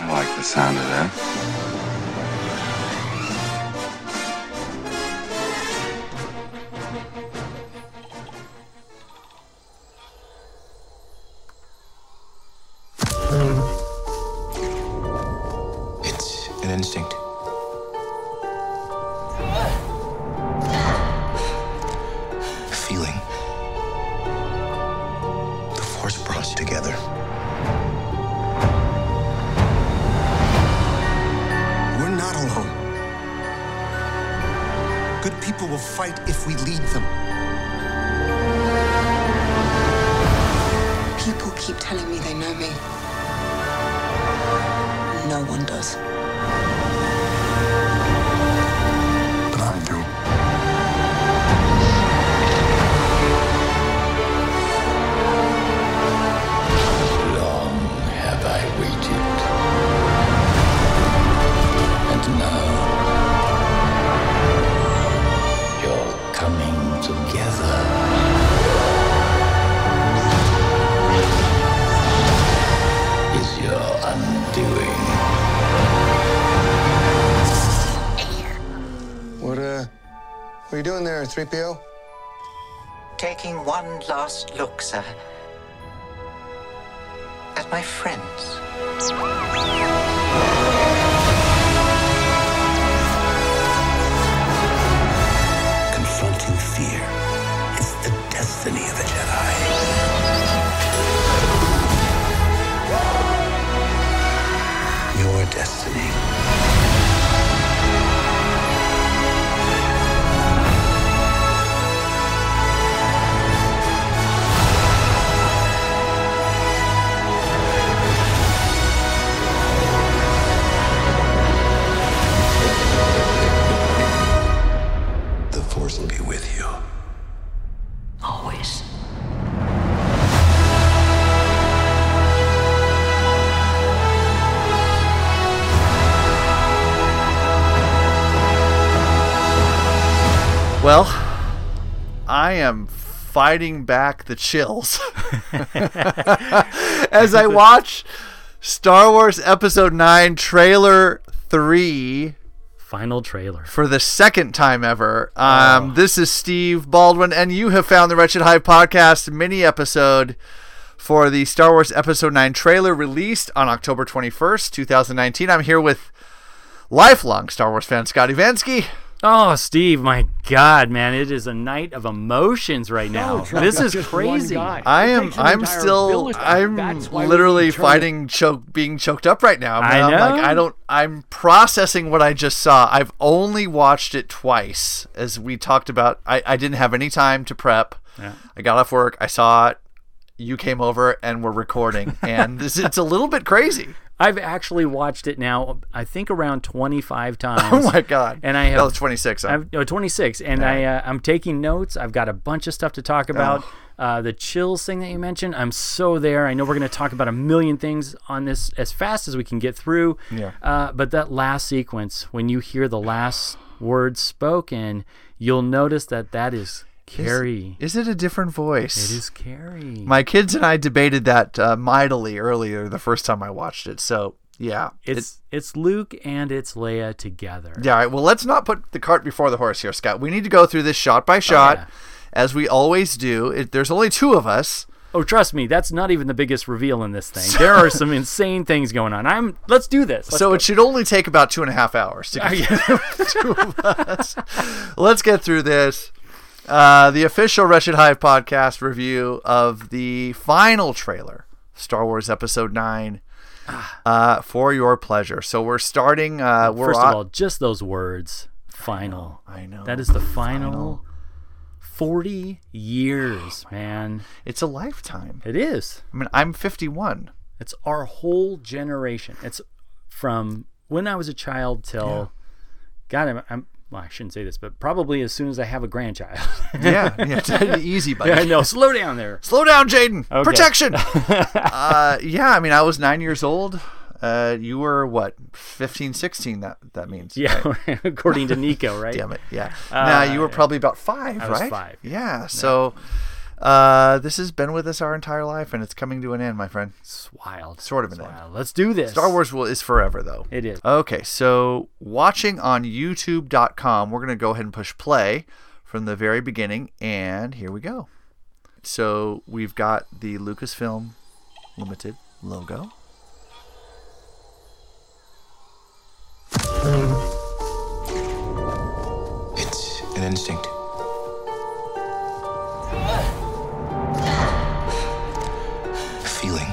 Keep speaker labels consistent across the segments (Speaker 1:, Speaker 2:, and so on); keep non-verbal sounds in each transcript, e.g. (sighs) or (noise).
Speaker 1: I like the sound of that.
Speaker 2: It's an instinct. A feeling. The force brought us together. We're not alone. Good people will fight if we lead them.
Speaker 3: People keep telling me they know me. No one does.
Speaker 2: But I do. Long have I waited. And now you're coming together. Is your undoing.
Speaker 4: What, uh, what are you doing there, 3PO?
Speaker 3: Taking one last look, sir, at my friends.
Speaker 2: confronting fear. It's the destiny of a Jedi. Your destiny. The Force will be with you.
Speaker 3: Always.
Speaker 5: Well, I am fighting back the chills (laughs) as
Speaker 6: (laughs)
Speaker 5: I watch Star Wars Episode 9 trailer 3
Speaker 6: final trailer. Oh.
Speaker 5: for the second time ever. Um, This is Steve Baldwin, and you have found the Wretched Hive podcast mini episode for the Star Wars Episode 9 trailer released on October 21st, 2019. I'm here with lifelong Star Wars fan Scott Ivansky.
Speaker 6: Oh, Steve, my God, man, it is a night of emotions right now. this is crazy.
Speaker 5: I am. I'm still. I'm literally fighting choke, being choked up right now.
Speaker 6: I
Speaker 5: I'm, I'm like
Speaker 6: know.
Speaker 5: I don't. I'm processing what I just saw. I've only watched it twice, as we talked about. I, I didn't have any time to prep. I got off work. I saw it. You came over and we're
Speaker 6: (laughs)
Speaker 5: recording, and this it's a little bit crazy.
Speaker 6: I've actually watched it now. I think around 25 times.
Speaker 5: (laughs) Oh my god!
Speaker 6: And I have
Speaker 5: that was 26.
Speaker 6: I'm no, 26, and I uh, I'm taking notes. I've got a bunch of stuff to
Speaker 5: Oh.
Speaker 6: talk about. Uh, the chills thing that you mentioned, I'm so there. I know we're going to talk about a million things on this as fast as we can get through. Yeah. Uh, but that last sequence, when you hear the last words spoken, you'll notice that that is Carrie.
Speaker 5: is it a different voice?
Speaker 6: it is Carrie.
Speaker 5: My kids and I debated that uh, mightily earlier the first time I watched it. So yeah,
Speaker 6: it's it's Luke and it's Leia together.
Speaker 5: Yeah, all right. Well, let's not put the cart before the horse here, Scott. We need to go through this shot by shot,
Speaker 6: Oh, yeah.
Speaker 5: as we always do. It, there's only two of us.
Speaker 6: Oh, trust me, that's not even the biggest reveal in
Speaker 5: (laughs)
Speaker 6: this thing. There are some insane things going on. I'm let's do this. Let's
Speaker 5: so
Speaker 6: go. Oh,
Speaker 5: it should only take about two and a half hours to get through the (laughs) two of us. Let's get through this. Uh, the official Wretched Hive podcast review of the final trailer, Star Wars Episode 9, uh, for your pleasure. So we're starting. Uh, we're
Speaker 6: Ah. First
Speaker 5: on-
Speaker 6: of all, just those words. Final.
Speaker 5: I know.
Speaker 6: That is the final, 40 years, man.
Speaker 5: it's a lifetime.
Speaker 6: It is. (laughs)
Speaker 5: I mean, I'm 51.
Speaker 6: It's our whole generation. It's from when I was a child till, God, I'm, I'm well, I shouldn't say this, but probably as soon as I have
Speaker 5: (laughs)
Speaker 6: a grandchild.
Speaker 5: yeah, yeah. (laughs) it's Easy, buddy.
Speaker 6: I know. Slow down there.
Speaker 5: Slow down, Jaden.
Speaker 6: Okay. (laughs)
Speaker 5: Protection. uh, yeah, I mean, I was nine years old. Uh, you were what, 15, 16, That that means.
Speaker 6: (laughs) Yeah, according to Nico, right?
Speaker 5: Damn it. Yeah. now you were probably about five,
Speaker 6: was
Speaker 5: right?
Speaker 6: five,
Speaker 5: Yeah. So uh, this has been with us our entire life, and it's coming to an end, my friend.
Speaker 6: It's wild.
Speaker 5: Sort of
Speaker 6: It's
Speaker 5: an end.
Speaker 6: wild. Let's do this.
Speaker 5: Star Wars will, is forever, though.
Speaker 6: It is.
Speaker 5: Okay, so watching on YouTube.com, we're going to go ahead and push play from the very beginning, and here we go. So we've got the Lucasfilm Limited logo.
Speaker 2: It's an instinct. A feeling.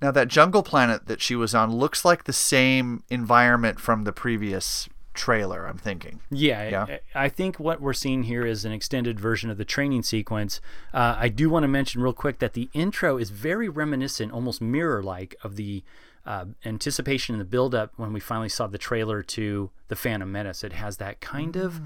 Speaker 5: Now that jungle planet that she was on looks like the same environment from the previous trailer. I'm thinking.
Speaker 6: Yeah,
Speaker 5: Yeah.
Speaker 6: I I think what we're seeing here is an extended version of the training sequence. Uh, I do want to mention real quick that the intro is very reminiscent, almost mirror-like, of the uh, anticipation and the build-up when we finally saw the trailer to the Phantom Menace. It has that kind of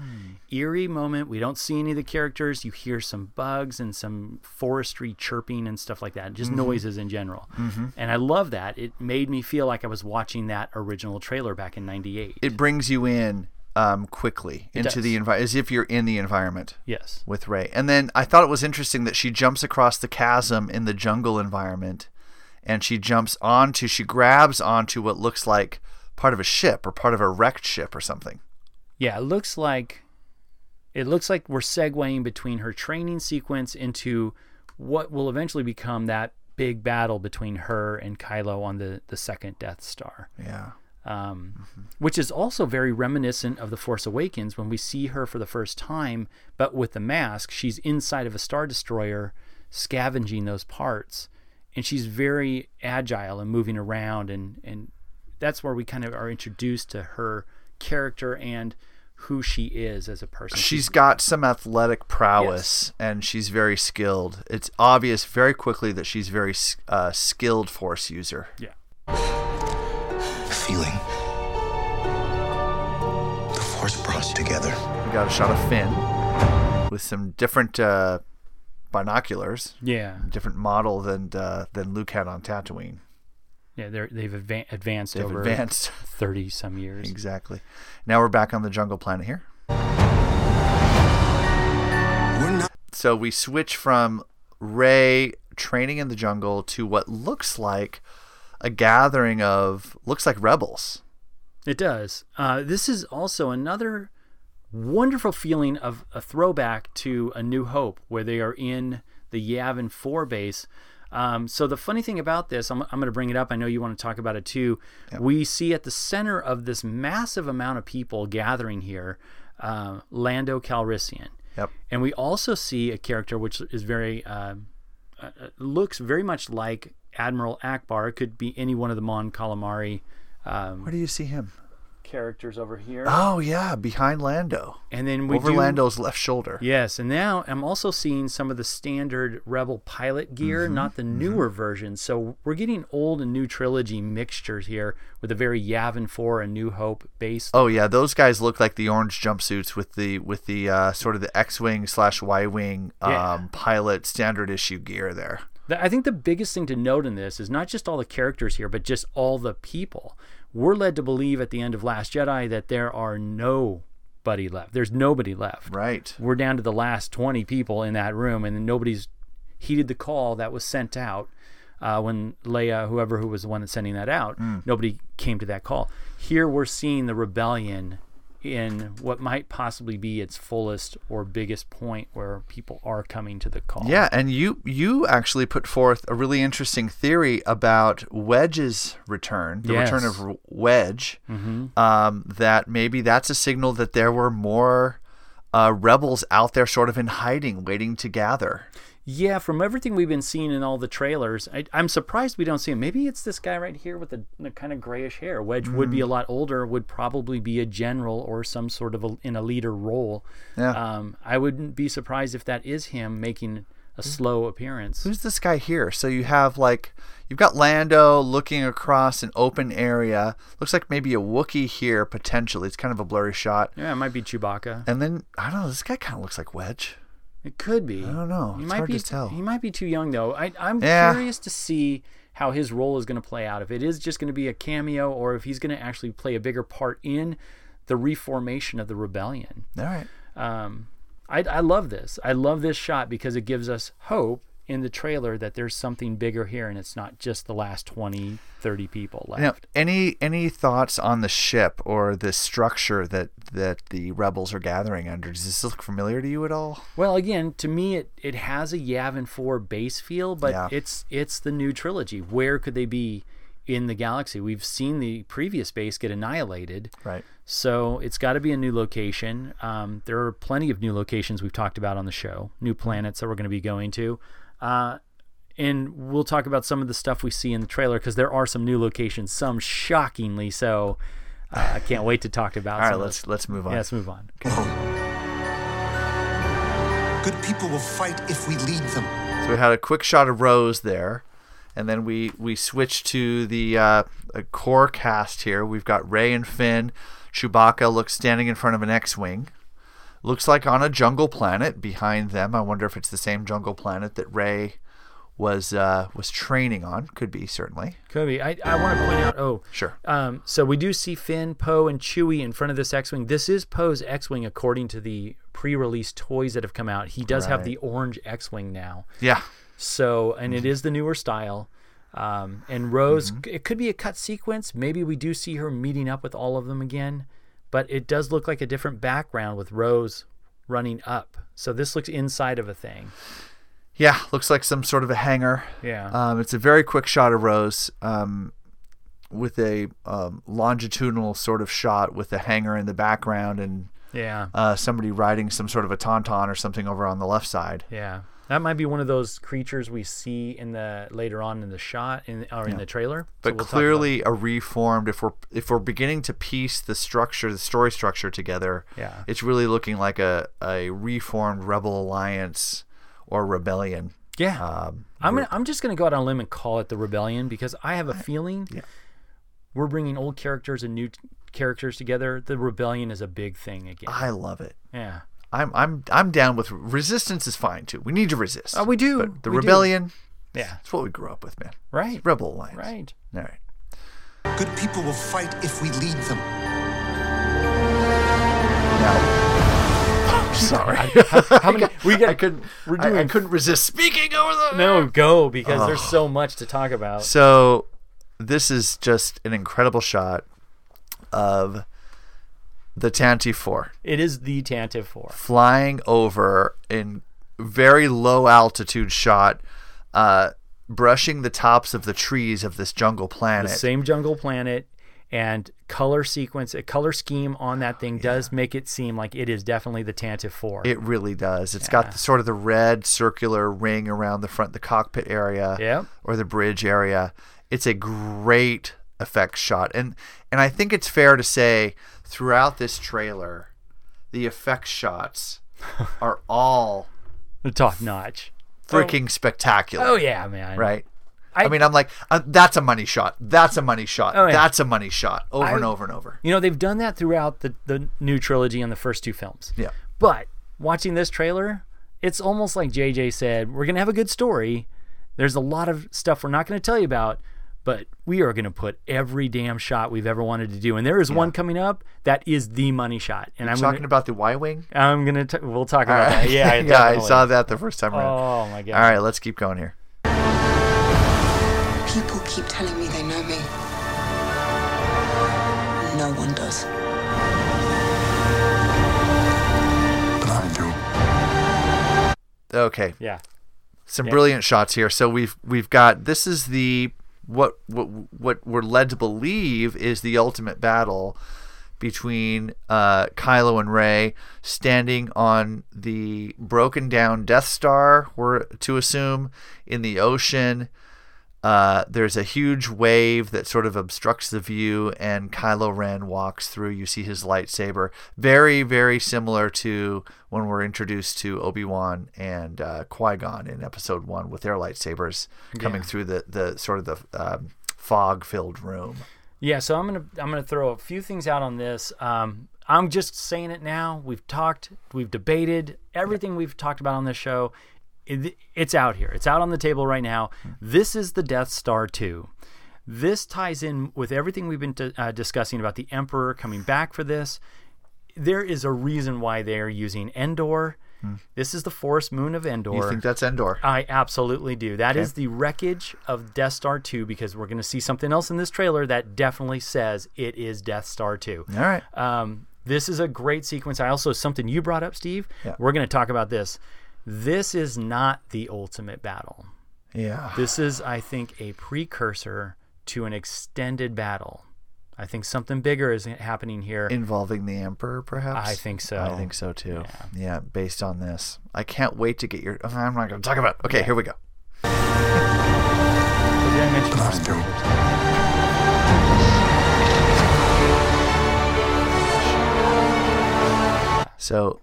Speaker 6: eerie moment. We don't see any of the characters. You hear some bugs and some forestry chirping and stuff like that, just noises in general. And I love that. It made me feel like I was watching that original trailer back in '98.
Speaker 5: It brings you in um, quickly into
Speaker 6: does.
Speaker 5: the environment, as if you're in the environment.
Speaker 6: yes.
Speaker 5: with Ray. And then I thought it was interesting that she jumps across the chasm in the jungle environment and she jumps onto, she grabs onto what looks like part of a ship or part of a wrecked ship or something.
Speaker 6: Yeah, it looks like it looks like we're segueing between her training sequence into what will eventually become that big battle between her and Kylo on the the second Death Star,
Speaker 5: Yeah.
Speaker 6: Um,
Speaker 5: Mm-hmm.
Speaker 6: which is also very reminiscent of the Force Awakens when we see her for the first time, but with the mask, she's inside of a star destroyer scavenging those parts, and she's very agile and moving around and and that's where we kind of are introduced to her character and who she is as a person.
Speaker 5: She's got some athletic prowess and she's very skilled. It's obvious very quickly that she's very s- uh, skilled force user.
Speaker 6: Yeah.
Speaker 2: A feeling. The force brought us together.
Speaker 5: We got a shot of Finn with some different uh, binoculars,
Speaker 6: Yeah.
Speaker 5: different model than uh, than Luke had on Tatooine.
Speaker 6: Yeah. They're, they've advan advanced
Speaker 5: They've
Speaker 6: over
Speaker 5: advanced.
Speaker 6: 30 some years.
Speaker 5: Exactly. Now we're back on the jungle planet here.
Speaker 2: We're not
Speaker 5: So we switch from Ray training in the jungle to what looks like a gathering of looks like rebels.
Speaker 6: It does. Uh, this is also another wonderful feeling of a throwback to A New Hope, where they are in the Yavin 4 base. Um, so the funny thing about this, I'm, I'm going to bring it up. I know you want to talk about it too. We see at the center of this massive amount of people gathering here, uh, Lando Calrissian.
Speaker 5: Yep.
Speaker 6: And we also see a character which is very um, uh, uh, looks very much like Admiral Akbar. It could be any one of the Mon Calamari um,
Speaker 5: Where do you see him?
Speaker 6: characters over here.
Speaker 5: Oh yeah, behind Lando.
Speaker 6: and then we
Speaker 5: Over
Speaker 6: do,
Speaker 5: Lando's left shoulder.
Speaker 6: Yes, and now I'm also seeing some of the standard Rebel pilot gear, not the newer versions. So we're getting old and new trilogy mixtures here with a very Yavin 4 and New Hope base.
Speaker 5: Oh yeah, those guys look like the orange jumpsuits with the with the uh, sort of the X wing slash Y wing um,
Speaker 6: Yeah.
Speaker 5: pilot standard issue gear there.
Speaker 6: The- I think the biggest thing to note in this is not just all the characters here, but just all the people. We're led to believe at the end of Last Jedi that there are nobody left. There's nobody left.
Speaker 5: Right.
Speaker 6: We're down to the last 20 people in that room, and nobody's heeded the call that was sent out uh, when Leia, whoever who was the one that's sending that out, nobody came to that call. Here we're seeing the rebellion in what might possibly be its fullest or biggest point where people are coming to the call.
Speaker 5: Yeah, and you you actually put forth a really interesting theory about Wedge's return, the return
Speaker 6: Yes.
Speaker 5: of Wedge. Um, that maybe that's a signal that there were more uh, rebels out there, sort of in hiding, waiting to gather.
Speaker 6: Yeah, from everything we've been seeing in all the trailers, I, I'm surprised we don't see him. Maybe it's this guy right here with the, the kind of grayish hair. Wedge would be a lot older, would probably be a general or some sort of a, in a leader role.
Speaker 5: Yeah.
Speaker 6: Um, I wouldn't be surprised if that is him making a slow appearance.
Speaker 5: who's this guy here? So you have like you've got Lando looking across an open area. Looks like maybe a Wookiee here potentially. It's kind of a blurry shot.
Speaker 6: yeah, it might be Chewbacca.
Speaker 5: And then I don't know. This guy kind of looks like Wedge.
Speaker 6: It could be. I
Speaker 5: don't know.
Speaker 6: He
Speaker 5: It's
Speaker 6: might
Speaker 5: hard
Speaker 6: be
Speaker 5: to tell.
Speaker 6: He might be too young though. I, I'm
Speaker 5: Yeah.
Speaker 6: curious to see how his role is going to play out. If it is just going to be a cameo, or if he's going to actually play a bigger part in the reformation of the rebellion.
Speaker 5: All right.
Speaker 6: um, I, I love this. I love this shot because it gives us hope in the trailer that there's something bigger here and it's not just the last 20, 30 people left.
Speaker 5: Now, any any thoughts on the ship or the structure that that the rebels are gathering under? Does this look familiar to you at all?
Speaker 6: Well, again, to me, it, it has a Yavin 4 base feel, but
Speaker 5: Yeah.
Speaker 6: it's it's the new trilogy. Where could they be in the galaxy? We've seen the previous base get annihilated.
Speaker 5: Right.
Speaker 6: So it's got to be a new location. Um, there are plenty of new locations we've talked about on the show, new planets that we're going to be going to. Uh, and we'll talk about some of the stuff we see in the trailer because there are some new locations, some shockingly so. Uh, I can't wait to talk about.
Speaker 5: All
Speaker 6: some
Speaker 5: right.
Speaker 6: of
Speaker 5: Let's
Speaker 6: those.
Speaker 5: let's move on.
Speaker 6: yeah, let's move on.
Speaker 2: Good people will fight if we lead them.
Speaker 5: So we had a quick shot of Rose there, and then we we switch to the uh, uh, core cast here. We've got Ray and Finn. Chewbacca looks standing in front of an X-wing. Looks like on a jungle planet behind them. I wonder if it's the same jungle planet that Ray was uh, was training on. Could be certainly.
Speaker 6: Kobe, I, I want to point out. Oh,
Speaker 5: Sure.
Speaker 6: Um, so we do see Finn, Poe, and Chewie in front of this X-wing. This is Poe's X-wing, according to the pre-release toys that have come out. He does have
Speaker 5: Right.
Speaker 6: the orange X-wing now.
Speaker 5: Yeah.
Speaker 6: So, and it is the newer style. Um, and Rose, it could be a cut sequence. Maybe we do see her meeting up with all of them again, but it does look like a different background with Rose running up. So this looks inside of a thing.
Speaker 5: Yeah. Looks like some sort of a hangar.
Speaker 6: Yeah.
Speaker 5: Um, it's a very quick shot of Rose um, with a um, longitudinal sort of shot with a hangar in the background and
Speaker 6: yeah.
Speaker 5: uh, somebody riding some sort of a tauntaun or something over on the left side.
Speaker 6: Yeah. That might be one of those creatures we see in the later on in the shot in or in the trailer. So
Speaker 5: But
Speaker 6: we'll talk about-
Speaker 5: clearly a reformed. If we're if we're beginning to piece the structure, the story structure together,
Speaker 6: Yeah.
Speaker 5: it's really looking like a a reformed rebel alliance or rebellion.
Speaker 6: yeah.
Speaker 5: Um,
Speaker 6: I'm gonna, I'm just going to go out on a limb and call it the rebellion because I have a feeling we're bringing old characters and new t- characters together. The rebellion is a big thing again.
Speaker 5: I love it.
Speaker 6: yeah.
Speaker 5: I'm I'm I'm down with resistance is fine too. We need to resist.
Speaker 6: Oh, we do.
Speaker 5: But the
Speaker 6: We do.
Speaker 5: rebellion,
Speaker 6: Yeah.
Speaker 5: that's what we grew up with, man.
Speaker 6: Right.
Speaker 5: Rebel alliance.
Speaker 6: (laughs) Right.
Speaker 5: All right.
Speaker 2: Good people will fight if we lead them.
Speaker 5: Now, sorry.
Speaker 6: How many? We
Speaker 5: I
Speaker 6: got
Speaker 5: couldn't.
Speaker 6: We're
Speaker 5: I- I,
Speaker 6: doing-
Speaker 5: couldn't resist speaking over the.
Speaker 6: no go because there's so much to talk about.
Speaker 5: So, this is just an incredible shot of the Tantive Four
Speaker 6: It is the Tantive Four.
Speaker 5: flying over in very low altitude shot, uh, brushing the tops of the trees of this jungle
Speaker 6: the
Speaker 5: planet.
Speaker 6: same jungle planet and color sequence a color scheme on that thing does make it seem like it is definitely the tantive 4
Speaker 5: Oh,
Speaker 6: (laughs)
Speaker 5: It really does. It's got the sort of the red circular ring around the front, the cockpit area,
Speaker 6: Yep.
Speaker 5: or the bridge area. It's a great effects shot, and and I think it's fair to say throughout this trailer, the effects
Speaker 6: (laughs)
Speaker 5: shots are all
Speaker 6: top notch
Speaker 5: freaking spectacular.
Speaker 6: oh yeah man
Speaker 5: Right. I, mean, I'm like, uh, that's a money shot. That's a money shot.
Speaker 6: Oh, yeah.
Speaker 5: That's a money shot. Over and over and over.
Speaker 6: you know they've done that throughout the, the new trilogy and the first two films
Speaker 5: Yeah.
Speaker 6: but watching this trailer it's almost like jj said we're gonna have a good story there's a lot of stuff we're not gonna tell you about but we are going to put every damn shot we've ever wanted to do, and there is one coming up that is the money shot. And I'm
Speaker 5: Talking
Speaker 6: gonna,
Speaker 5: about the Y wing.
Speaker 6: I'm gonna. T- we'll talk about that. Yeah,
Speaker 5: (laughs) yeah. I
Speaker 6: definitely.
Speaker 5: saw that the first time around.
Speaker 6: Oh my god!
Speaker 5: All right, let's keep going here.
Speaker 7: People keep telling me they know me. No one does.
Speaker 8: But I do.
Speaker 5: Okay,
Speaker 6: Yeah.
Speaker 5: some brilliant shots here. So we've we've got this is the what what what we're led to believe is the ultimate battle between uh, Kylo and Rey standing on the broken down Death Star. We're to assume in the ocean. Uh, there's a huge wave that sort of obstructs the view, and Kylo Ren walks through. You see his lightsaber, very, very similar to when we're introduced to Obi Wan and uh, Qui Gon in Episode One with their lightsabers coming through the the sort of the um, fog filled room.
Speaker 6: Yeah, so I'm gonna I'm gonna throw a few things out on this. Um, I'm just saying it now. We've talked, we've debated everything we've talked about on this show. It, it's out here. It's out on the table right now. This is the Death Star two. This ties in with everything we've been di- uh, discussing about the Emperor coming back for this. There is a reason why they are using Endor. This is the forest moon of Endor.
Speaker 5: Hmm. You think that's Endor?
Speaker 6: I absolutely do. That is the wreckage of Death Star 2 because we're going to see something else in this trailer that definitely says it is Death Star 2.
Speaker 5: All right.
Speaker 6: Um, this is a great sequence. I also, something you brought up, Steve, we're going to talk about this. This is not the ultimate battle.
Speaker 5: Yeah.
Speaker 6: This is, I think, a precursor to an extended battle. I think something bigger is happening here.
Speaker 5: Involving the Emperor, perhaps.
Speaker 6: I think so.
Speaker 5: I think so too. Yeah. based on this, I can't wait to get your. I'm not going to talk about. It. Okay, here we go.
Speaker 6: Did I mention-
Speaker 5: So,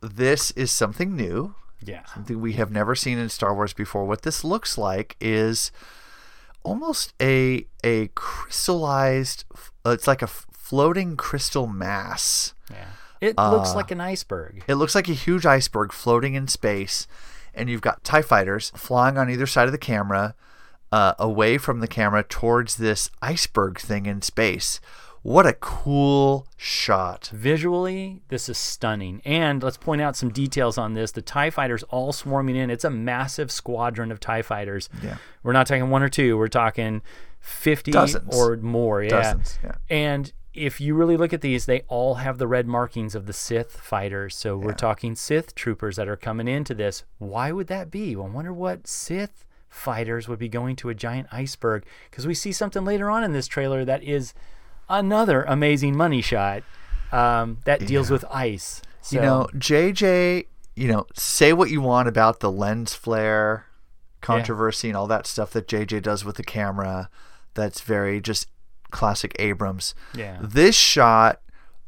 Speaker 5: this is something new.
Speaker 6: Yeah.
Speaker 5: something we have never seen in Star Wars before. What this looks like is almost a a crystallized. It's like a f- floating crystal mass.
Speaker 6: yeah. It looks like an iceberg.
Speaker 5: It looks like a huge iceberg floating in space, and you've got TIE fighters flying on either side of the camera, uh, away from the camera towards this iceberg thing in space. What a cool shot.
Speaker 6: Visually, this is stunning. And let's point out some details on this. The TIE fighters all swarming in. It's a massive squadron of TIE fighters. Yeah. We're not talking one or two, we're talking 50
Speaker 5: Dozens.
Speaker 6: or more. Yeah.
Speaker 5: Dozens, yeah.
Speaker 6: And if you really look at these, they all have the red markings of the Sith fighters. So we're talking Sith troopers that are coming into this. Why would that be? I wonder what Sith fighters would be going to a giant iceberg because we see something later on in this trailer that is another amazing money shot um, that deals with ice. So,
Speaker 5: You know, JJ, you know, say what you want about the lens flare controversy and all that stuff that JJ does with the camera. That's very just classic Abrams.
Speaker 6: Yeah.
Speaker 5: This shot,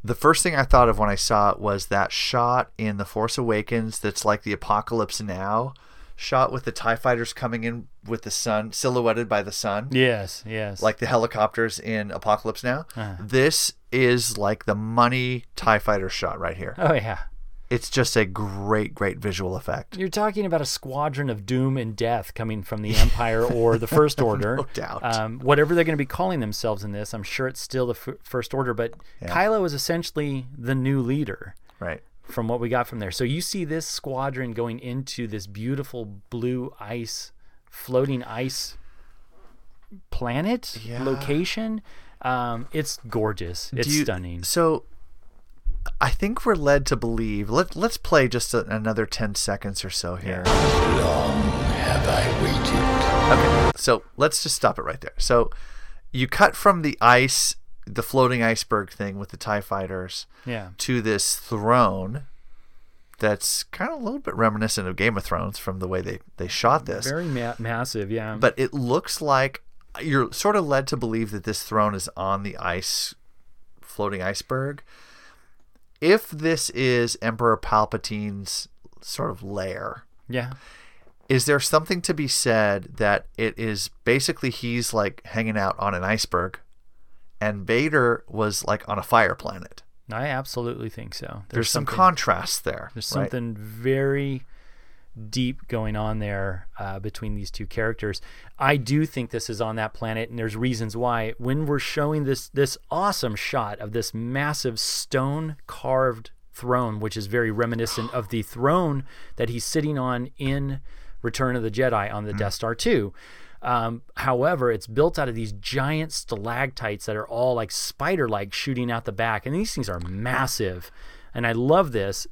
Speaker 5: the first thing I thought of when I saw it was that shot in The Force Awakens that's like the apocalypse now shot with the TIE fighters coming in with the sun, silhouetted by the sun
Speaker 6: yes, yes.
Speaker 5: like the helicopters in Apocalypse Now.
Speaker 6: Uh-huh.
Speaker 5: This is like the money TIE fighter shot right here.
Speaker 6: oh yeah,
Speaker 5: It's just a great, great visual effect.
Speaker 6: you're talking about a squadron of doom and death coming from the Empire or
Speaker 5: (laughs)
Speaker 6: the First Order.
Speaker 5: No doubt.
Speaker 6: Um, whatever they're going to be calling themselves in this, I'm sure it's still the f- First Order. But Kylo is essentially the new leader.
Speaker 5: Right.
Speaker 6: from what we got from there. So you see this squadron going into this beautiful blue ice, floating ice planet location. Um, it's gorgeous. It's
Speaker 5: Do you-
Speaker 6: stunning.
Speaker 5: So I think we're led to believe. Let, let's play just a, another 10 seconds or so here. Okay. So let's just stop it right there. So you cut from the ice, the floating iceberg thing with the TIE fighters.
Speaker 6: Yeah.
Speaker 5: to this throne that's kind of a little bit reminiscent of Game of Thrones from the way they, they shot this.
Speaker 6: Very ma- massive. Yeah.
Speaker 5: but it looks like you're sort of led to believe that this throne is on the ice, floating iceberg. If this is Emperor Palpatine's sort of lair,
Speaker 6: yeah.
Speaker 5: is there something to be said that it is basically he's like hanging out on an iceberg and Vader was like on a fire planet?
Speaker 6: I absolutely think so. There's,
Speaker 5: There's, some
Speaker 6: something-
Speaker 5: contrast there.
Speaker 6: There's
Speaker 5: right?
Speaker 6: something very deep going on there uh, between these two characters. I do think this is on that planet, and there's reasons why. When we're showing this this awesome shot of this massive stone carved throne, which is very reminiscent of the throne that he's sitting on in Return of the Jedi on the Death Star Two. Um, however, it's built out of these giant stalactites that are all like spider-like shooting out the back, and these things are massive. And I love this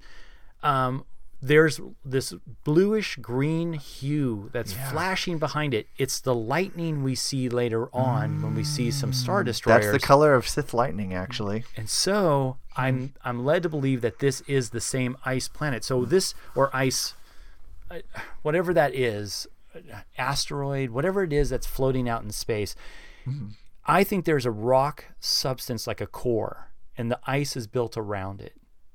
Speaker 6: um, there's this bluish green hue that's flashing behind it. It's the lightning we see later on when we see some star destroyers.
Speaker 5: Mm. That's the color of Sith lightning, actually.
Speaker 6: And so I'm I'm led to believe that this is the same ice planet. So this or ice, uh, whatever that is, asteroid, whatever it is that's floating out in space. I think there's a rock substance like a core, and the ice is built around it.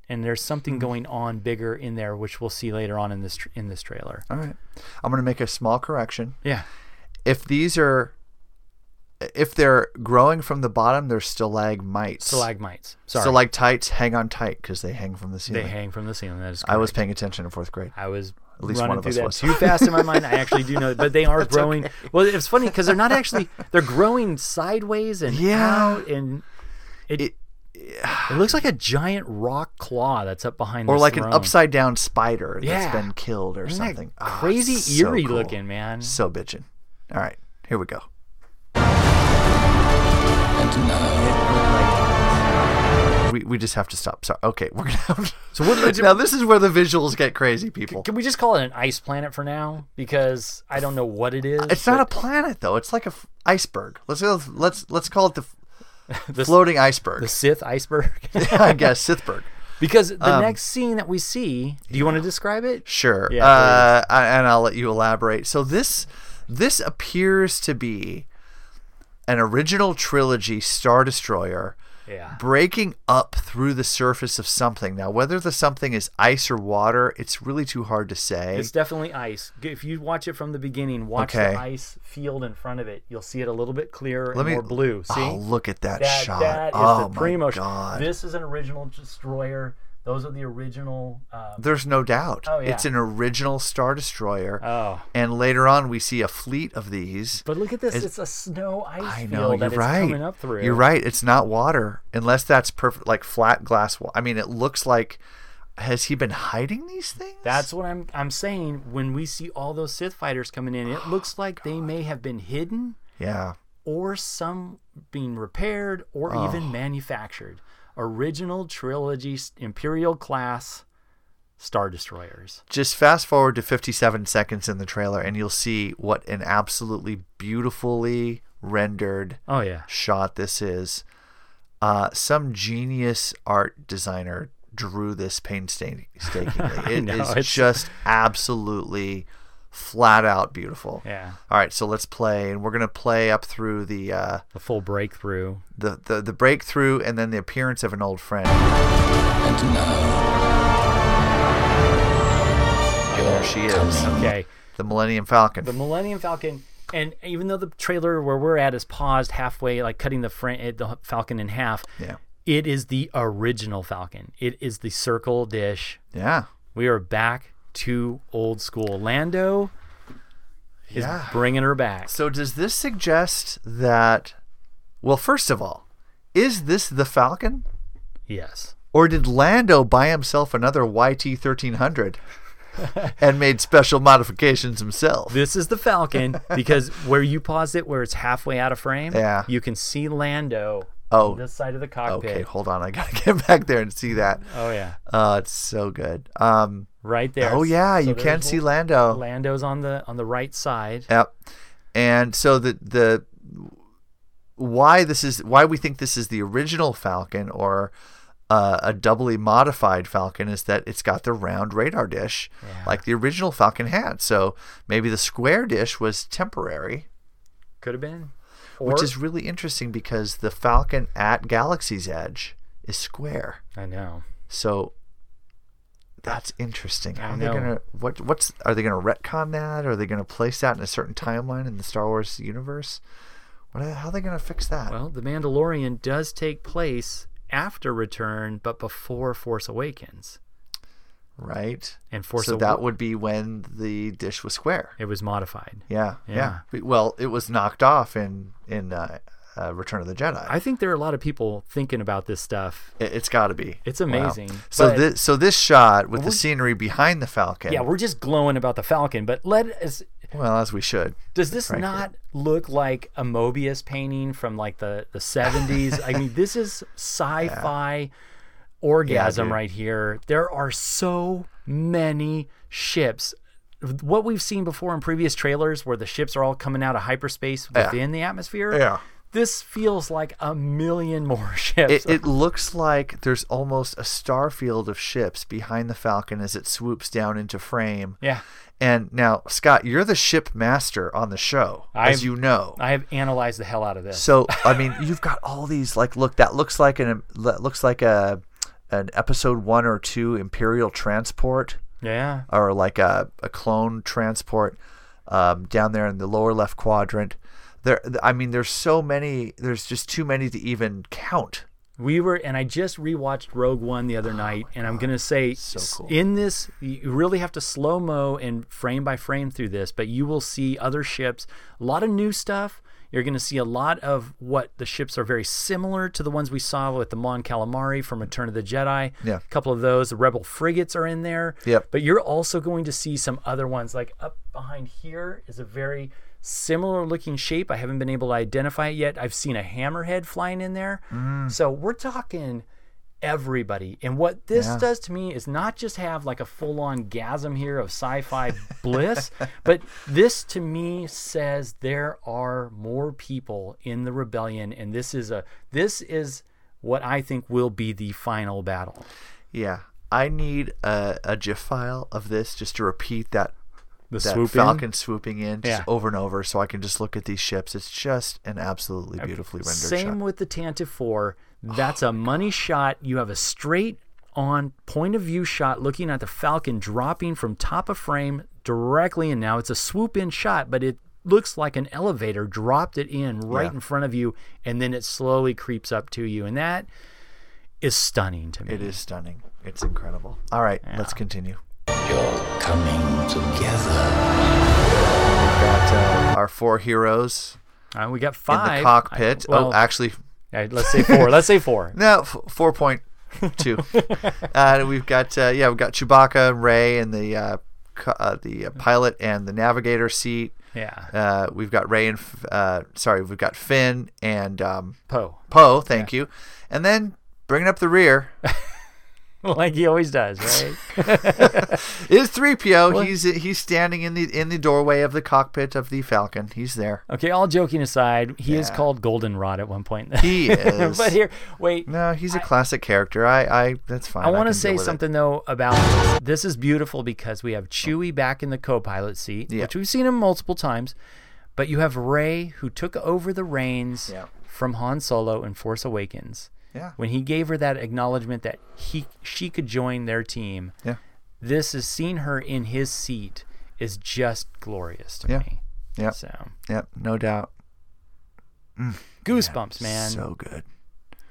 Speaker 6: And there's something going on bigger in there, which we'll see later on in this tr- in this trailer.
Speaker 5: All right. I'm going to make a small correction.
Speaker 6: Yeah,
Speaker 5: If these are, if they're growing from the bottom, they're stalagmites.
Speaker 6: stalagmites. Sorry,
Speaker 5: Stalactites hang on tight because they hang from the
Speaker 6: they
Speaker 5: ceiling.
Speaker 6: hang from the ceiling. That is
Speaker 5: I was
Speaker 6: correct.
Speaker 5: paying attention in fourth grade.
Speaker 6: I was
Speaker 5: least one
Speaker 6: running
Speaker 5: of
Speaker 6: through
Speaker 5: us
Speaker 6: that
Speaker 5: was.
Speaker 6: too fast in my mind. I actually do
Speaker 5: (laughs)
Speaker 6: know, but they are growing. Well, it's funny because they're not actually they're growing sideways and
Speaker 5: Yeah.
Speaker 6: out, and it,
Speaker 5: It-
Speaker 6: it looks like a giant rock claw that's up behind
Speaker 5: Or
Speaker 6: this
Speaker 5: like
Speaker 6: throne.
Speaker 5: an upside down spider
Speaker 6: Yeah.
Speaker 5: that's been killed or
Speaker 6: Isn't that
Speaker 5: something. Ah,
Speaker 6: crazy
Speaker 5: it's so
Speaker 6: eerie
Speaker 5: cool.
Speaker 6: looking man.
Speaker 5: So bitchin'. All right, here we go.
Speaker 2: And now,
Speaker 5: We, we just have to stop. Sorry. Okay, we're gonna. Have to...
Speaker 6: So
Speaker 5: (laughs)
Speaker 6: what do they do-
Speaker 5: Now this is where the visuals get crazy, people.
Speaker 6: Can we just call it an ice planet for now? Because I don't know what it is.
Speaker 5: It's not a planet though. It's like a f- iceberg. Let's go- let's let's call it the,
Speaker 6: (laughs) a the,
Speaker 5: floating iceberg.
Speaker 6: the Sith iceberg.
Speaker 5: (laughs)
Speaker 6: (laughs)
Speaker 5: I guess Sithberg.
Speaker 6: because the
Speaker 5: Um,
Speaker 6: next scene that we see, do you want to describe it?
Speaker 5: Sure.
Speaker 6: Yeah,
Speaker 5: uh, I- and I'll let you elaborate. So this this appears to be an original trilogy Star Destroyer
Speaker 6: Yeah.
Speaker 5: breaking up through the surface of something. Now, whether the something is ice or water, it's really too hard to say.
Speaker 6: It's definitely ice. G- If you watch it from the beginning, watch
Speaker 5: Okay.
Speaker 6: the ice field in front of it. You'll see it a little bit clearer
Speaker 5: Let
Speaker 6: and
Speaker 5: me-
Speaker 6: more blue. See?
Speaker 5: Oh, look at that,
Speaker 6: that,
Speaker 5: shot!
Speaker 6: that is
Speaker 5: oh
Speaker 6: the
Speaker 5: my
Speaker 6: primo. sh-
Speaker 5: god!
Speaker 6: This is an original destroyer. Those are the original. Um,
Speaker 5: There's no doubt.
Speaker 6: Oh, yeah.
Speaker 5: It's an original Star Destroyer.
Speaker 6: oh.
Speaker 5: and later on, we see a fleet of these.
Speaker 6: But look at this.
Speaker 5: It's-
Speaker 6: It's, a snow ice
Speaker 5: I
Speaker 6: field
Speaker 5: know
Speaker 6: that
Speaker 5: you're
Speaker 6: it's
Speaker 5: right.
Speaker 6: coming up through.
Speaker 5: You're right. It's not water unless that's perfect, like flat glass. Wa- I mean, it looks like. Has he been hiding these things?
Speaker 6: That's what I'm I'm saying. When we see all those Sith fighters coming in, it looks like they may have been hidden
Speaker 5: yeah.
Speaker 6: or some being repaired or even manufactured. Original trilogy s- Imperial class Star Destroyers.
Speaker 5: Just fast forward to 57 seconds in the trailer, and you'll see what an absolutely beautifully rendered
Speaker 6: Oh yeah.
Speaker 5: shot this is. Uh, some genius art designer drew this
Speaker 6: (laughs)
Speaker 5: painstakingly. It
Speaker 6: know,
Speaker 5: is
Speaker 6: it's-
Speaker 5: just absolutely flat out beautiful.
Speaker 6: Yeah.
Speaker 5: All right, so let's play, and we're gonna play up through the uh,
Speaker 6: The full breakthrough.
Speaker 5: the, the the breakthrough, and then the appearance of an old friend.
Speaker 2: and now,
Speaker 5: There she is,
Speaker 6: Okay.
Speaker 5: the Millennium Falcon.
Speaker 6: The Millennium Falcon and even though the trailer where we're at is paused halfway like cutting the front the Falcon in half,
Speaker 5: yeah,
Speaker 6: it is the original Falcon. It is the circle dish
Speaker 5: yeah,
Speaker 6: We are back to old school. Lando is
Speaker 5: yeah.
Speaker 6: bringing her back.
Speaker 5: So does this suggest that? Well, first of all, is this the Falcon?
Speaker 6: Yes.
Speaker 5: Or did Lando buy himself another YT
Speaker 6: (laughs)
Speaker 5: 1300 and made special modifications himself?
Speaker 6: This is the Falcon because where you pause it, where it's halfway out of frame,
Speaker 5: Yeah.
Speaker 6: you can see Lando
Speaker 5: Oh.
Speaker 6: on this side of the cockpit.
Speaker 5: Okay, hold on. I got to (laughs) get back there and see that.
Speaker 6: Oh, yeah.
Speaker 5: Oh, it's so good. Um,
Speaker 6: Right there.
Speaker 5: oh, yeah,
Speaker 6: So
Speaker 5: you can
Speaker 6: there's
Speaker 5: see Lando.
Speaker 6: Lando's on the on the right side.
Speaker 5: Yep. And so the the why this is why we think this is the original Falcon or uh, a doubly modified Falcon is that it's got the round radar dish like the original Falcon had. So maybe the square dish was temporary,
Speaker 6: Could have been. Or,
Speaker 5: which is really interesting because the Falcon at Galaxy's Edge is square.
Speaker 6: I know.
Speaker 5: So that's interesting. How
Speaker 6: I
Speaker 5: are they
Speaker 6: know.
Speaker 5: gonna what what's are they gonna retcon that? Are they gonna place that in a certain timeline in the Star Wars universe? What are- how are they gonna fix that?
Speaker 6: Well, The Mandalorian does take place after Return, but before Force Awakens.
Speaker 5: right.
Speaker 6: And Force
Speaker 5: so
Speaker 6: Awa-
Speaker 5: that would be when the dish was square.
Speaker 6: It was modified.
Speaker 5: Yeah, yeah.
Speaker 6: Yeah.
Speaker 5: But- Well, it was knocked off in in uh, uh, Return of the Jedi.
Speaker 6: I think there are a lot of people thinking about this stuff.
Speaker 5: it, it's got to be.
Speaker 6: It's
Speaker 5: Wow.
Speaker 6: amazing,
Speaker 5: So
Speaker 6: but-
Speaker 5: this so this shot with the
Speaker 6: We're-
Speaker 5: scenery behind the Falcon.
Speaker 6: Yeah, we're just glowing about the Falcon, but let us.
Speaker 5: well as we should.
Speaker 6: Does this
Speaker 5: Frankly.
Speaker 6: not look like a Mobius painting from like the the seventies? I mean, this is
Speaker 5: (laughs)
Speaker 6: sci-fi orgasm
Speaker 5: dude.
Speaker 6: right here. There are so many ships. What we've seen before in previous trailers, where the ships are all coming out of hyperspace within the atmosphere.
Speaker 5: Yeah.
Speaker 6: This feels like a million more (laughs) ships.
Speaker 5: It, it looks like there's almost a star field of ships behind the Falcon as it swoops down into frame.
Speaker 6: yeah.
Speaker 5: And now, Scott, you're the ship master on the show, as
Speaker 6: I've-
Speaker 5: you know.
Speaker 6: I have analyzed the hell out of this.
Speaker 5: So I mean, you've got all these like look that looks like an that looks like a an episode one or two Imperial transport
Speaker 6: Yeah.
Speaker 5: or like a, a clone transport um, down there in the lower left quadrant. There, I mean, there's so many. There's just too many to even count.
Speaker 6: We were, and I just rewatched Rogue One the other night, and I'm gonna say, s- in this, you really have to slow mo and frame by frame through this, but you will see other ships, a lot of new stuff. You're gonna see a lot of what the ships are very similar to the ones we saw with the Mon Calamari from Return of the Jedi.
Speaker 5: Yeah.
Speaker 6: a couple of those. The Rebel frigates are in there.
Speaker 5: Yep.
Speaker 6: But you're also going to see some other ones, like up behind here is a very similar looking shape. I haven't been able to identify it yet. I've seen a hammerhead flying in there. So we're talking everybody. And what this does to me is not just have like a full on gasm here of sci fi bliss, (laughs) but this to me says there are more people in the rebellion and this is a this is what I think will be the final battle.
Speaker 5: Yeah, I need a, a GIF file of this just to repeat that
Speaker 6: The
Speaker 5: that
Speaker 6: swoop in?
Speaker 5: Falcon swooping in just
Speaker 6: Yeah.
Speaker 5: over and over, so I can just look at these ships. It's just an absolutely beautifully rendered
Speaker 6: Same
Speaker 5: shot.
Speaker 6: with the Tantive 4. That's a money shot. You have a straight on point of view shot looking at the Falcon dropping from top of frame directly in. Now it's a swoop in shot, but it looks like an elevator dropped it in right in front of you and then it slowly creeps up to you. And that is stunning to me.
Speaker 5: It is stunning. It's incredible. All right, let's continue.
Speaker 2: You're coming together.
Speaker 5: Got uh, our four heroes
Speaker 6: Uh, we got five.
Speaker 5: in the cockpit.
Speaker 6: I- well,
Speaker 5: oh, actually,
Speaker 6: all right, let's say four. let's
Speaker 5: (laughs)
Speaker 6: say four.
Speaker 5: no, f- four point
Speaker 6: (laughs)
Speaker 5: two. uh, we've got uh, yeah, we've got Chewbacca, Ray, and the uh, co- uh, the uh,
Speaker 6: Mm.
Speaker 5: pilot and the navigator seat.
Speaker 6: Yeah.
Speaker 5: Uh, we've got Ray and F- uh, sorry, we've got Finn and um,
Speaker 6: Poe. (laughs)
Speaker 5: Poe. Thank you. And then bringing up the rear
Speaker 6: like he always does, right?
Speaker 5: is three PO. He's he's standing in the in the doorway of the cockpit of the Falcon. He's
Speaker 6: (laughs)
Speaker 5: there.
Speaker 6: Okay, all joking aside, he is called Goldenrod at one point.
Speaker 5: He is.
Speaker 6: (laughs) but here, wait.
Speaker 5: No, he's a classic character. I, I that's fine.
Speaker 6: I want
Speaker 5: can
Speaker 6: to
Speaker 5: deal
Speaker 6: say
Speaker 5: with it.
Speaker 6: something though about this is beautiful because we have Chewie back in the co-pilot seat,
Speaker 5: Yeah.
Speaker 6: which we've seen him multiple times, but you have Ray who took over the reins
Speaker 5: Yeah.
Speaker 6: from Han Solo in Force Awakens.
Speaker 5: Yeah.
Speaker 6: When he gave her that acknowledgement that he she could join their team,
Speaker 5: Yeah.
Speaker 6: this is seeing her in his seat is just glorious to
Speaker 5: Yeah.
Speaker 6: me.
Speaker 5: Yeah.
Speaker 6: So
Speaker 5: Yep, no doubt.
Speaker 6: goosebumps, man.
Speaker 5: So good.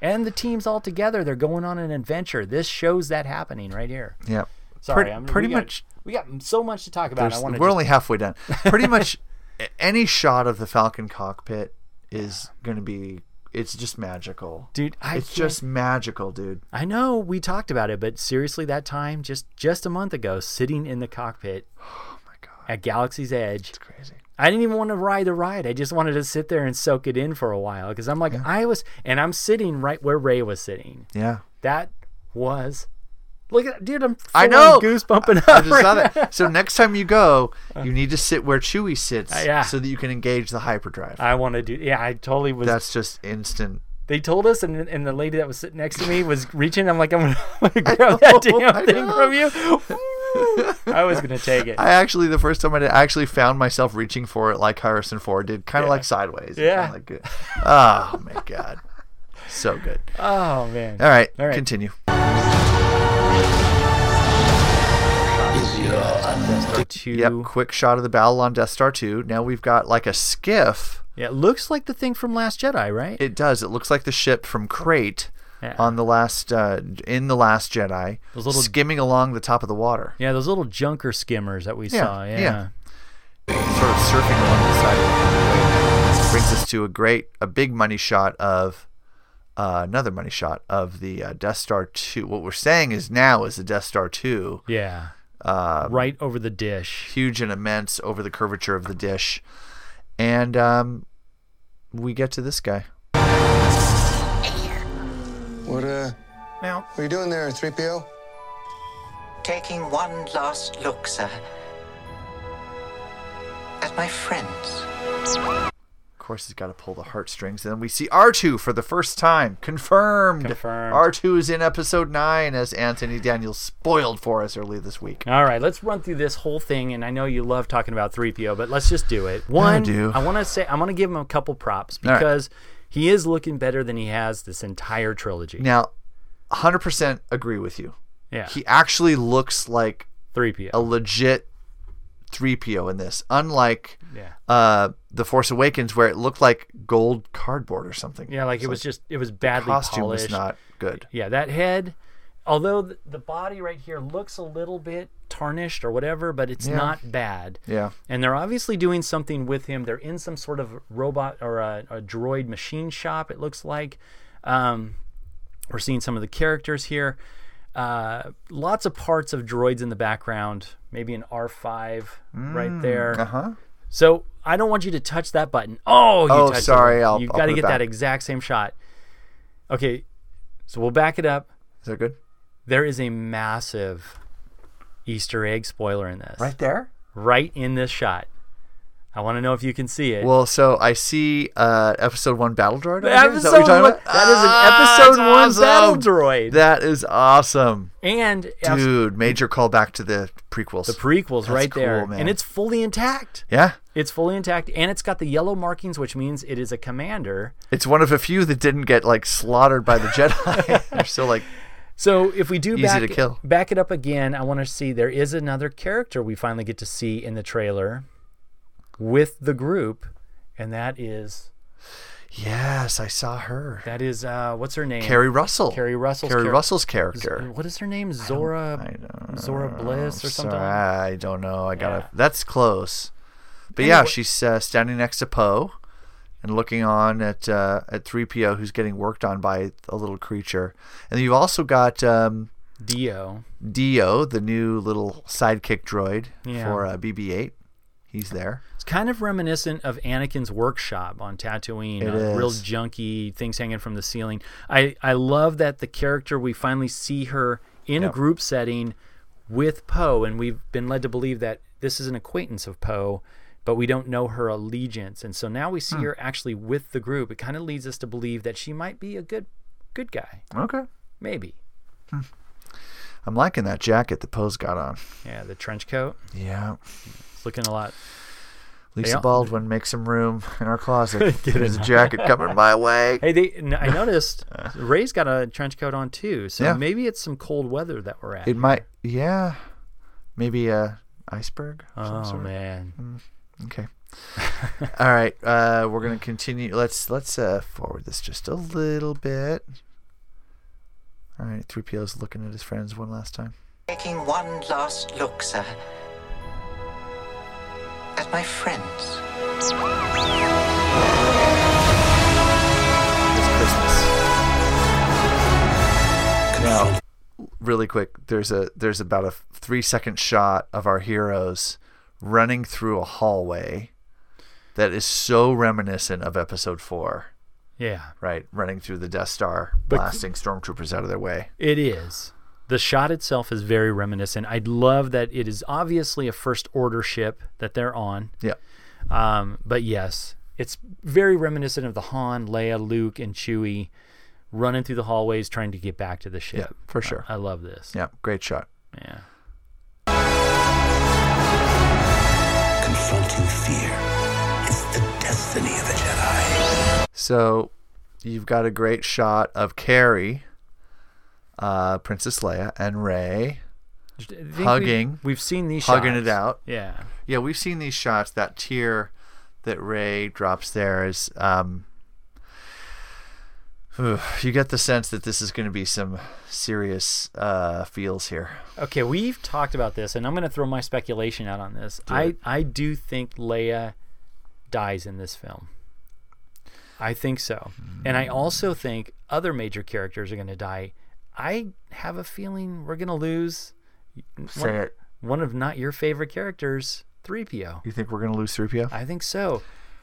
Speaker 6: and the teams all together. They're going on an adventure. This shows that happening right here.
Speaker 5: Yep.
Speaker 6: Sorry,
Speaker 5: Pretty-
Speaker 6: I'm
Speaker 5: pretty
Speaker 6: we got-
Speaker 5: much-
Speaker 6: we got so much to talk about. I
Speaker 5: There's-
Speaker 6: want
Speaker 5: we're
Speaker 6: to.
Speaker 5: only halfway
Speaker 6: (laughs)
Speaker 5: done. Pretty much a- any shot of the Falcon cockpit is going to be. It's just magical,
Speaker 6: dude, I
Speaker 5: it's
Speaker 6: can't-
Speaker 5: just magical, dude.
Speaker 6: I know we talked about it, but seriously, that time just just a month ago, sitting in the (sighs) cockpit. At Galaxy's Edge,
Speaker 5: Crazy.
Speaker 6: I didn't even want to ride the ride. I just wanted to sit there and soak it in for a while because I'm like, I was, and I'm sitting right where Ray was sitting.
Speaker 5: Yeah.
Speaker 6: (laughs) That was, look at, dude, I'm,
Speaker 5: I
Speaker 6: full-on
Speaker 5: know.
Speaker 6: goosebumping up.
Speaker 5: I just
Speaker 6: right
Speaker 5: saw
Speaker 6: now.
Speaker 5: that.
Speaker 6: (laughs)
Speaker 5: So next time you go, you need to sit where Chewie sits,
Speaker 6: Uh. yeah.
Speaker 5: so that you can engage the hyperdrive.
Speaker 6: I want to do. Yeah, I totally was.
Speaker 5: That's just
Speaker 6: (laughs)
Speaker 5: instant.
Speaker 6: they told us, and, and the lady that was sitting next to me was reaching. I'm like, I'm gonna, (laughs) I'm gonna grab that
Speaker 5: know,
Speaker 6: damn
Speaker 5: I
Speaker 6: thing
Speaker 5: know.
Speaker 6: from you. I was gonna take it.
Speaker 5: I actually, the first time I did, I actually found myself reaching for it like Harrison Ford did, kind of like sideways.
Speaker 6: Yeah.
Speaker 5: Kinda Like, oh
Speaker 6: (laughs)
Speaker 5: my god, so good.
Speaker 6: Oh man.
Speaker 5: All right,
Speaker 6: All right.
Speaker 5: continue.
Speaker 6: Two.
Speaker 5: Yep, quick shot of the battle on Death Star 2. Now we've got like a skiff.
Speaker 6: Yeah, it looks like the thing from Last Jedi, right?
Speaker 5: It does. It looks like the ship from Crate
Speaker 6: Yeah.
Speaker 5: on the last uh, in the last Jedi
Speaker 6: Those little-
Speaker 5: skimming along the top of the water.
Speaker 6: yeah, those little junker skimmers that we
Speaker 5: Yeah,
Speaker 6: saw. Yeah.
Speaker 5: yeah. Sort of surfing along the side. of the water. Brings us to a great a big money shot of uh, another money shot of the uh, Death Star 2. What we're saying is now is the Death Star 2
Speaker 6: Yeah.
Speaker 5: Um,
Speaker 6: right over the dish.
Speaker 5: huge and immense over the curvature of the dish. And um, we get to this guy.
Speaker 4: What, uh,
Speaker 6: Now,
Speaker 4: what are you doing there, 3PO?
Speaker 3: Taking one last look, sir, at my friends.
Speaker 5: Of course, he's got to pull the heartstrings. And then we see R2 for the first time. Confirmed.
Speaker 6: Confirmed.
Speaker 5: R2 is in episode 9, as Anthony Daniels spoiled for us early this week.
Speaker 6: All right, let's run through this whole thing, and I know you love talking about three PO, but let's just do it. One,
Speaker 5: do.
Speaker 6: I want to say I want to give him a couple props
Speaker 5: All right.
Speaker 6: because he is looking better than he has this entire trilogy.
Speaker 5: Now, 100% agree with you.
Speaker 6: yeah,
Speaker 5: He actually looks like
Speaker 6: three PO.
Speaker 5: a legit 3PO in this, unlike
Speaker 6: yeah,
Speaker 5: uh, The Force Awakens, where it looked like gold cardboard or something.
Speaker 6: yeah, like it
Speaker 5: It's
Speaker 6: was just it was badly
Speaker 5: costume
Speaker 6: polished.
Speaker 5: was not good.
Speaker 6: Yeah, that head, although th- the body right here looks a little bit tarnished or whatever, but it's
Speaker 5: Yeah.
Speaker 6: not bad.
Speaker 5: Yeah.
Speaker 6: And they're obviously doing something with him. They're in some sort of robot or a, a droid machine shop, it looks like. Um, we're seeing some of the characters here. Uh, lots of parts of droids in the background, maybe an R5 right there.
Speaker 5: Uh huh.
Speaker 6: So I don't want you to touch that button. Oh, you
Speaker 5: Oh,
Speaker 6: touched
Speaker 5: sorry,
Speaker 6: It.
Speaker 5: I'll-
Speaker 6: you
Speaker 5: I'll
Speaker 6: got
Speaker 5: put
Speaker 6: to
Speaker 5: it
Speaker 6: get that
Speaker 5: back.
Speaker 6: exact same shot. Okay, so we'll back it up.
Speaker 5: Is that good?
Speaker 6: There is a massive Easter egg spoiler in this.
Speaker 5: there?
Speaker 6: Right in this shot. I want to know if you can see it.
Speaker 5: Well, so I see uh, episode one battle droid. on here. Is that
Speaker 6: Episode
Speaker 5: what you're talking
Speaker 6: one-
Speaker 5: about?
Speaker 6: that is an
Speaker 5: Ah,
Speaker 6: episode
Speaker 5: that's
Speaker 6: one battle droid.
Speaker 5: That is awesome,
Speaker 6: and as-
Speaker 5: dude. Major callback to the prequels.
Speaker 6: the prequels right
Speaker 5: cool,
Speaker 6: there.
Speaker 5: man.
Speaker 6: And it's fully intact.
Speaker 5: yeah,
Speaker 6: It's fully intact. And it's got the yellow markings, which means it is a commander.
Speaker 5: it's one of a few that didn't get like slaughtered by the Jedi. (laughs) They're still like,
Speaker 6: So if we do
Speaker 5: Easy
Speaker 6: back,
Speaker 5: to kill.
Speaker 6: back it up again, I want to see there is another character we finally get to see in the trailer with the group, and that is
Speaker 5: yes, I saw her,
Speaker 6: that is uh, what's her name?
Speaker 5: Carrie Russell.
Speaker 6: Carrie Russell's
Speaker 5: Carrie
Speaker 6: char-
Speaker 5: Russell's character.
Speaker 6: What is her name? Zora Zora Bliss or something.
Speaker 5: Sorry, I don't know. I gotta.
Speaker 6: Yeah.
Speaker 5: That's close. But yeah, she's uh, standing next to Poe and looking on at uh, at three PO, who's getting worked on by a little creature. And then you've also got um,
Speaker 6: Dio.
Speaker 5: Dio, the new little sidekick droid
Speaker 6: Yeah.
Speaker 5: for uh, BB-8. He's there.
Speaker 6: It's kind of reminiscent of Anakin's workshop on Tatooine.
Speaker 5: It
Speaker 6: uh, Real
Speaker 5: is.
Speaker 6: junky things hanging from the ceiling. I, I love that the character we finally see her in a group setting with Poe, and we've been led to believe that this is an acquaintance of Poe, but we don't know her allegiance. And so now we see
Speaker 5: Hmm.
Speaker 6: her actually with the group. It kind of leads us to believe that she might be a good good guy,
Speaker 5: Okay.
Speaker 6: maybe.
Speaker 5: I'm liking that jacket that Poe's got on.
Speaker 6: Yeah, the trench coat.
Speaker 5: Yeah.
Speaker 6: It's looking a lot.
Speaker 5: Lisa
Speaker 6: Yeah.
Speaker 5: Baldwin makes some room in our closet.
Speaker 6: (laughs)
Speaker 5: There's a jacket coming my way.
Speaker 6: Hey, they, n-
Speaker 5: (laughs)
Speaker 6: I noticed Ray's got a trench coat on too, so
Speaker 5: Uh. Yeah.
Speaker 6: maybe it's some cold weather that we're at.
Speaker 5: It might, yeah, maybe a iceberg. of Hmm. some
Speaker 6: Oh
Speaker 5: sort.
Speaker 6: man.
Speaker 5: Okay. (laughs) All right. Uh, we're gonna continue. Let's let's uh, forward this just a little bit. All right. Three PO's looking at his friends one last time.
Speaker 3: Taking one last look, sir, at my friends.
Speaker 5: It's Christmas. Now, really quick. There's a there's about a three second shot of our heroes running through a hallway that is so reminiscent of Episode Four.
Speaker 6: Yeah,
Speaker 5: right? Running through the Death Star, blasting stormtroopers out of their way.
Speaker 6: it is. The shot itself is very reminiscent. I'd love that it is obviously a first order ship that they're on.
Speaker 5: Yeah.
Speaker 6: Um, but yes, it's very reminiscent of the Han, Leia, Luke, and Chewie running through the hallways trying to get back to the ship.
Speaker 5: Yeah, for sure.
Speaker 6: I love this.
Speaker 5: Yeah, great shot.
Speaker 6: Yeah.
Speaker 2: Confronting fear is the destiny of a Jedi.
Speaker 5: So you've got a great shot of Carrie, uh, Princess Leia, and Rey
Speaker 6: I think we-
Speaker 5: Hugging.
Speaker 6: We've, seen these
Speaker 5: hugging
Speaker 6: shots.
Speaker 5: it out.
Speaker 6: Yeah.
Speaker 5: Yeah, we've seen these shots. That tear that Rey drops there is. Um, (sighs) you get the sense that this is going to be some serious uh, feels here.
Speaker 6: Okay, we've talked about this, and I'm going to throw my speculation out on this. I, I do think Leia dies in this film. I think so. And I also think other major characters are going to die. I have a feeling we're going to lose
Speaker 5: Say it.
Speaker 6: one of not your favorite characters, 3PO.
Speaker 5: You think we're going to lose 3PO?
Speaker 6: I think so.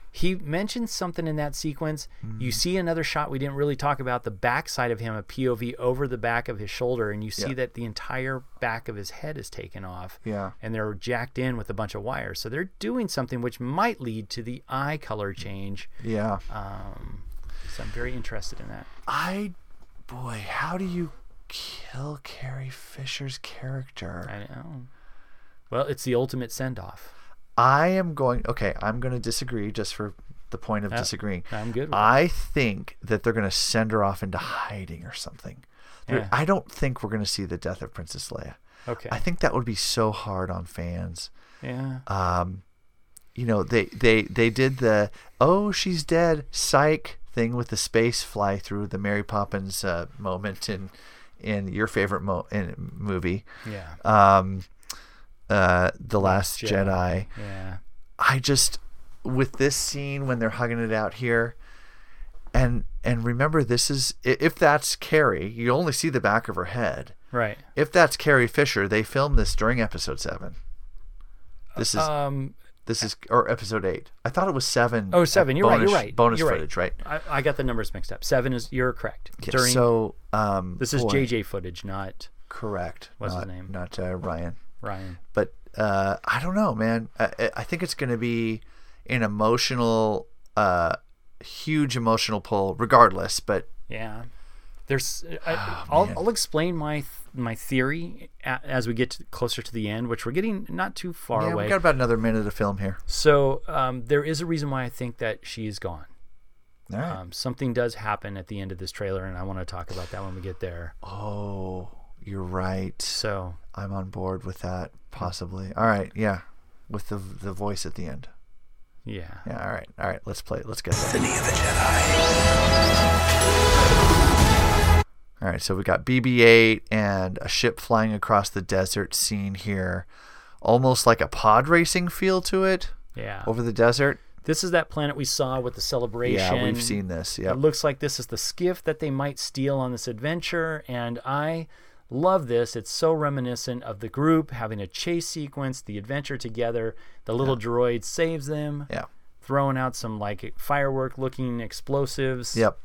Speaker 6: He mentions something in that sequence. You
Speaker 5: Hmm.
Speaker 6: see another shot we didn't really talk about the backside of him, a POV over the back of his shoulder, and you see
Speaker 5: Yeah.
Speaker 6: that the entire back of his head is taken off.
Speaker 5: Yeah.
Speaker 6: And they're jacked in with a bunch of wires. So they're doing something which might lead to the eye color change.
Speaker 5: Yeah.
Speaker 6: Um, so I'm very interested in that.
Speaker 5: I, boy, how do you kill Carrie Fisher's character?
Speaker 6: I know. Well, it's the ultimate send off.
Speaker 5: I am going. Okay, I'm going to disagree just for the point of disagreeing.
Speaker 6: I'm good with
Speaker 5: I think that they're going to send her off into hiding or something. They're-
Speaker 6: Yeah.
Speaker 5: I don't think we're going to see the death of Princess Leia.
Speaker 6: Okay.
Speaker 5: I uh, think that would be so hard on fans.
Speaker 6: yeah.
Speaker 5: um, You know, they they they did the oh she's dead psych thing with the space fly through the Mary Poppins uh, moment in in your favorite mo- in movie,
Speaker 6: yeah.
Speaker 5: um, uh, the Last
Speaker 6: Jedi.
Speaker 5: Jedi.
Speaker 6: yeah.
Speaker 5: I just with this scene when they're hugging it out here, and and remember this is i- if that's Carrie, you only see the back of her head.
Speaker 6: Right.
Speaker 5: If that's Carrie Fisher, they filmed this during episode seven. This is
Speaker 6: Um,
Speaker 5: this is or episode eight. I thought it was seven.
Speaker 6: Oh, seven. You're right,
Speaker 5: bonus-
Speaker 6: you're right,
Speaker 5: Bonus
Speaker 6: you're right.
Speaker 5: footage, right?
Speaker 6: I, I got the numbers mixed up. Seven is you're correct.
Speaker 5: Yeah,
Speaker 6: During
Speaker 5: so um,
Speaker 6: this is
Speaker 5: boy,
Speaker 6: JJ footage, not
Speaker 5: Correct.
Speaker 6: What's his
Speaker 5: not,
Speaker 6: name?
Speaker 5: Not uh, Ryan.
Speaker 6: Ryan.
Speaker 5: but uh, I don't know, man. I, I- I think it's going to be an emotional, uh, huge emotional pull, regardless. But
Speaker 6: Yeah. There's.
Speaker 5: Ah,
Speaker 6: I, I'll, I'll explain my th- my theory a, as we get to, closer to the end, which we're getting not too far
Speaker 5: yeah,
Speaker 6: away.
Speaker 5: we got about another minute of film here.
Speaker 6: So um, there is a reason why I think that she is gone.
Speaker 5: All right.
Speaker 6: Um, something does happen at the end of this trailer, and I want to talk about that when we get there.
Speaker 5: oh, you're right.
Speaker 6: So
Speaker 5: I'm on board with that. Possibly. All right. Yeah. With the the voice at the end.
Speaker 6: yeah.
Speaker 5: Yeah. All right. All right. Let's play. Let's get that.
Speaker 2: Destiny of the Jedi.
Speaker 5: All right, so we got BB-8 and a ship flying across the desert scene here, almost like a pod racing feel to it
Speaker 6: Yeah.
Speaker 5: over the desert.
Speaker 6: This is that planet we saw with the celebration.
Speaker 5: Yeah, we've seen this. Yeah,
Speaker 6: It looks like this is the skiff that they might steal on this adventure, and I love this. It's so reminiscent of the group having a chase sequence, the adventure together. The little droid saves them,
Speaker 5: yeah,
Speaker 6: throwing out some like firework-looking explosives.
Speaker 5: yep.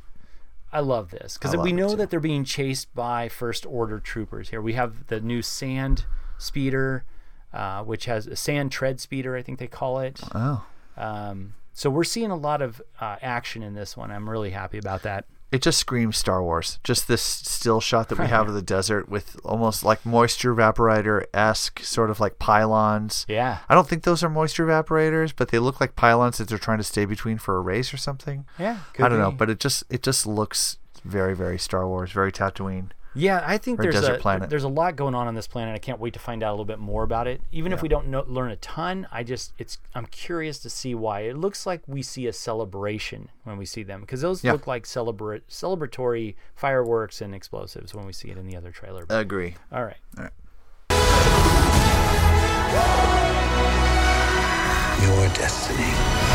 Speaker 6: I love this because
Speaker 5: I love
Speaker 6: we
Speaker 5: it,
Speaker 6: know
Speaker 5: too.
Speaker 6: that they're being chased by First Order troopers. Here we have the new sand speeder, uh, which has a sand tread speeder, I think they call it.
Speaker 5: Oh.
Speaker 6: Um, so we're seeing a lot of uh, action in this one. I'm really happy about that.
Speaker 5: It just screams Star Wars. Just this still shot that we have of the desert with almost like moisture evaporator esque sort of like pylons.
Speaker 6: Yeah.
Speaker 5: I don't think those are moisture evaporators, but they look like pylons that they're trying to stay between for a race or something.
Speaker 6: Yeah,
Speaker 5: I
Speaker 6: could
Speaker 5: don't know,
Speaker 6: be.
Speaker 5: but it just it just looks very very Star Wars, very Tatooine.
Speaker 6: Yeah, I think
Speaker 5: Or
Speaker 6: there's
Speaker 5: desert
Speaker 6: a
Speaker 5: planet.
Speaker 6: there's a lot going on on this planet. I can't wait to find out a little bit more about it. Even if we don't know, learn a ton, I just it's I'm curious to see why. It looks like we see a celebration when we see them because those
Speaker 5: Yeah.
Speaker 6: look like celebra- celebratory fireworks and explosives when we see it in the other trailer. But,
Speaker 5: Agree.
Speaker 6: all right,
Speaker 2: Your destiny.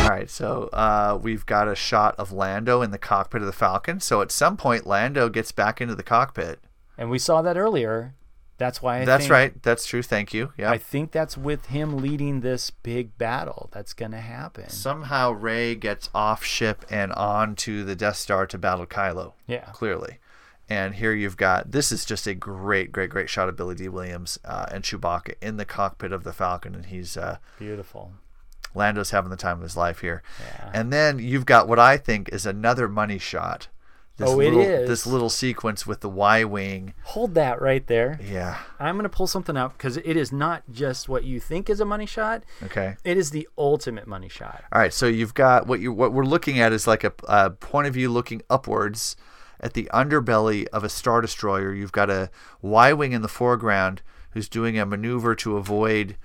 Speaker 5: All right, so uh, we've got a shot of Lando in the cockpit of the Falcon. So at some point, Lando gets back into the cockpit.
Speaker 6: and we saw that earlier. That's why I
Speaker 5: That's
Speaker 6: think-
Speaker 5: right. That's true. Thank you. Yeah.
Speaker 6: I think that's with him leading this big battle that's going to happen.
Speaker 5: Somehow Ray gets off ship and on to the Death Star to battle Kylo.
Speaker 6: Yeah.
Speaker 5: Clearly. And here you've got this is just a great, great, great shot of Billy D. Williams uh, and Chewbacca in the cockpit of the Falcon, and he's uh,
Speaker 6: Beautiful.
Speaker 5: Lando's having the time of his life here. And then you've got what I think is another money shot. This
Speaker 6: Oh, it
Speaker 5: little,
Speaker 6: is.
Speaker 5: This little sequence with the Y wing.
Speaker 6: Hold that right there.
Speaker 5: Yeah.
Speaker 6: I'm going to pull something up because it is not just what you think is a money shot.
Speaker 5: Okay.
Speaker 6: It is the ultimate money shot.
Speaker 5: All right, so you've got what you what we're looking at is like a, a point of view looking upwards at the underbelly of a star destroyer. You've got a Y wing in the foreground who's doing a maneuver to avoid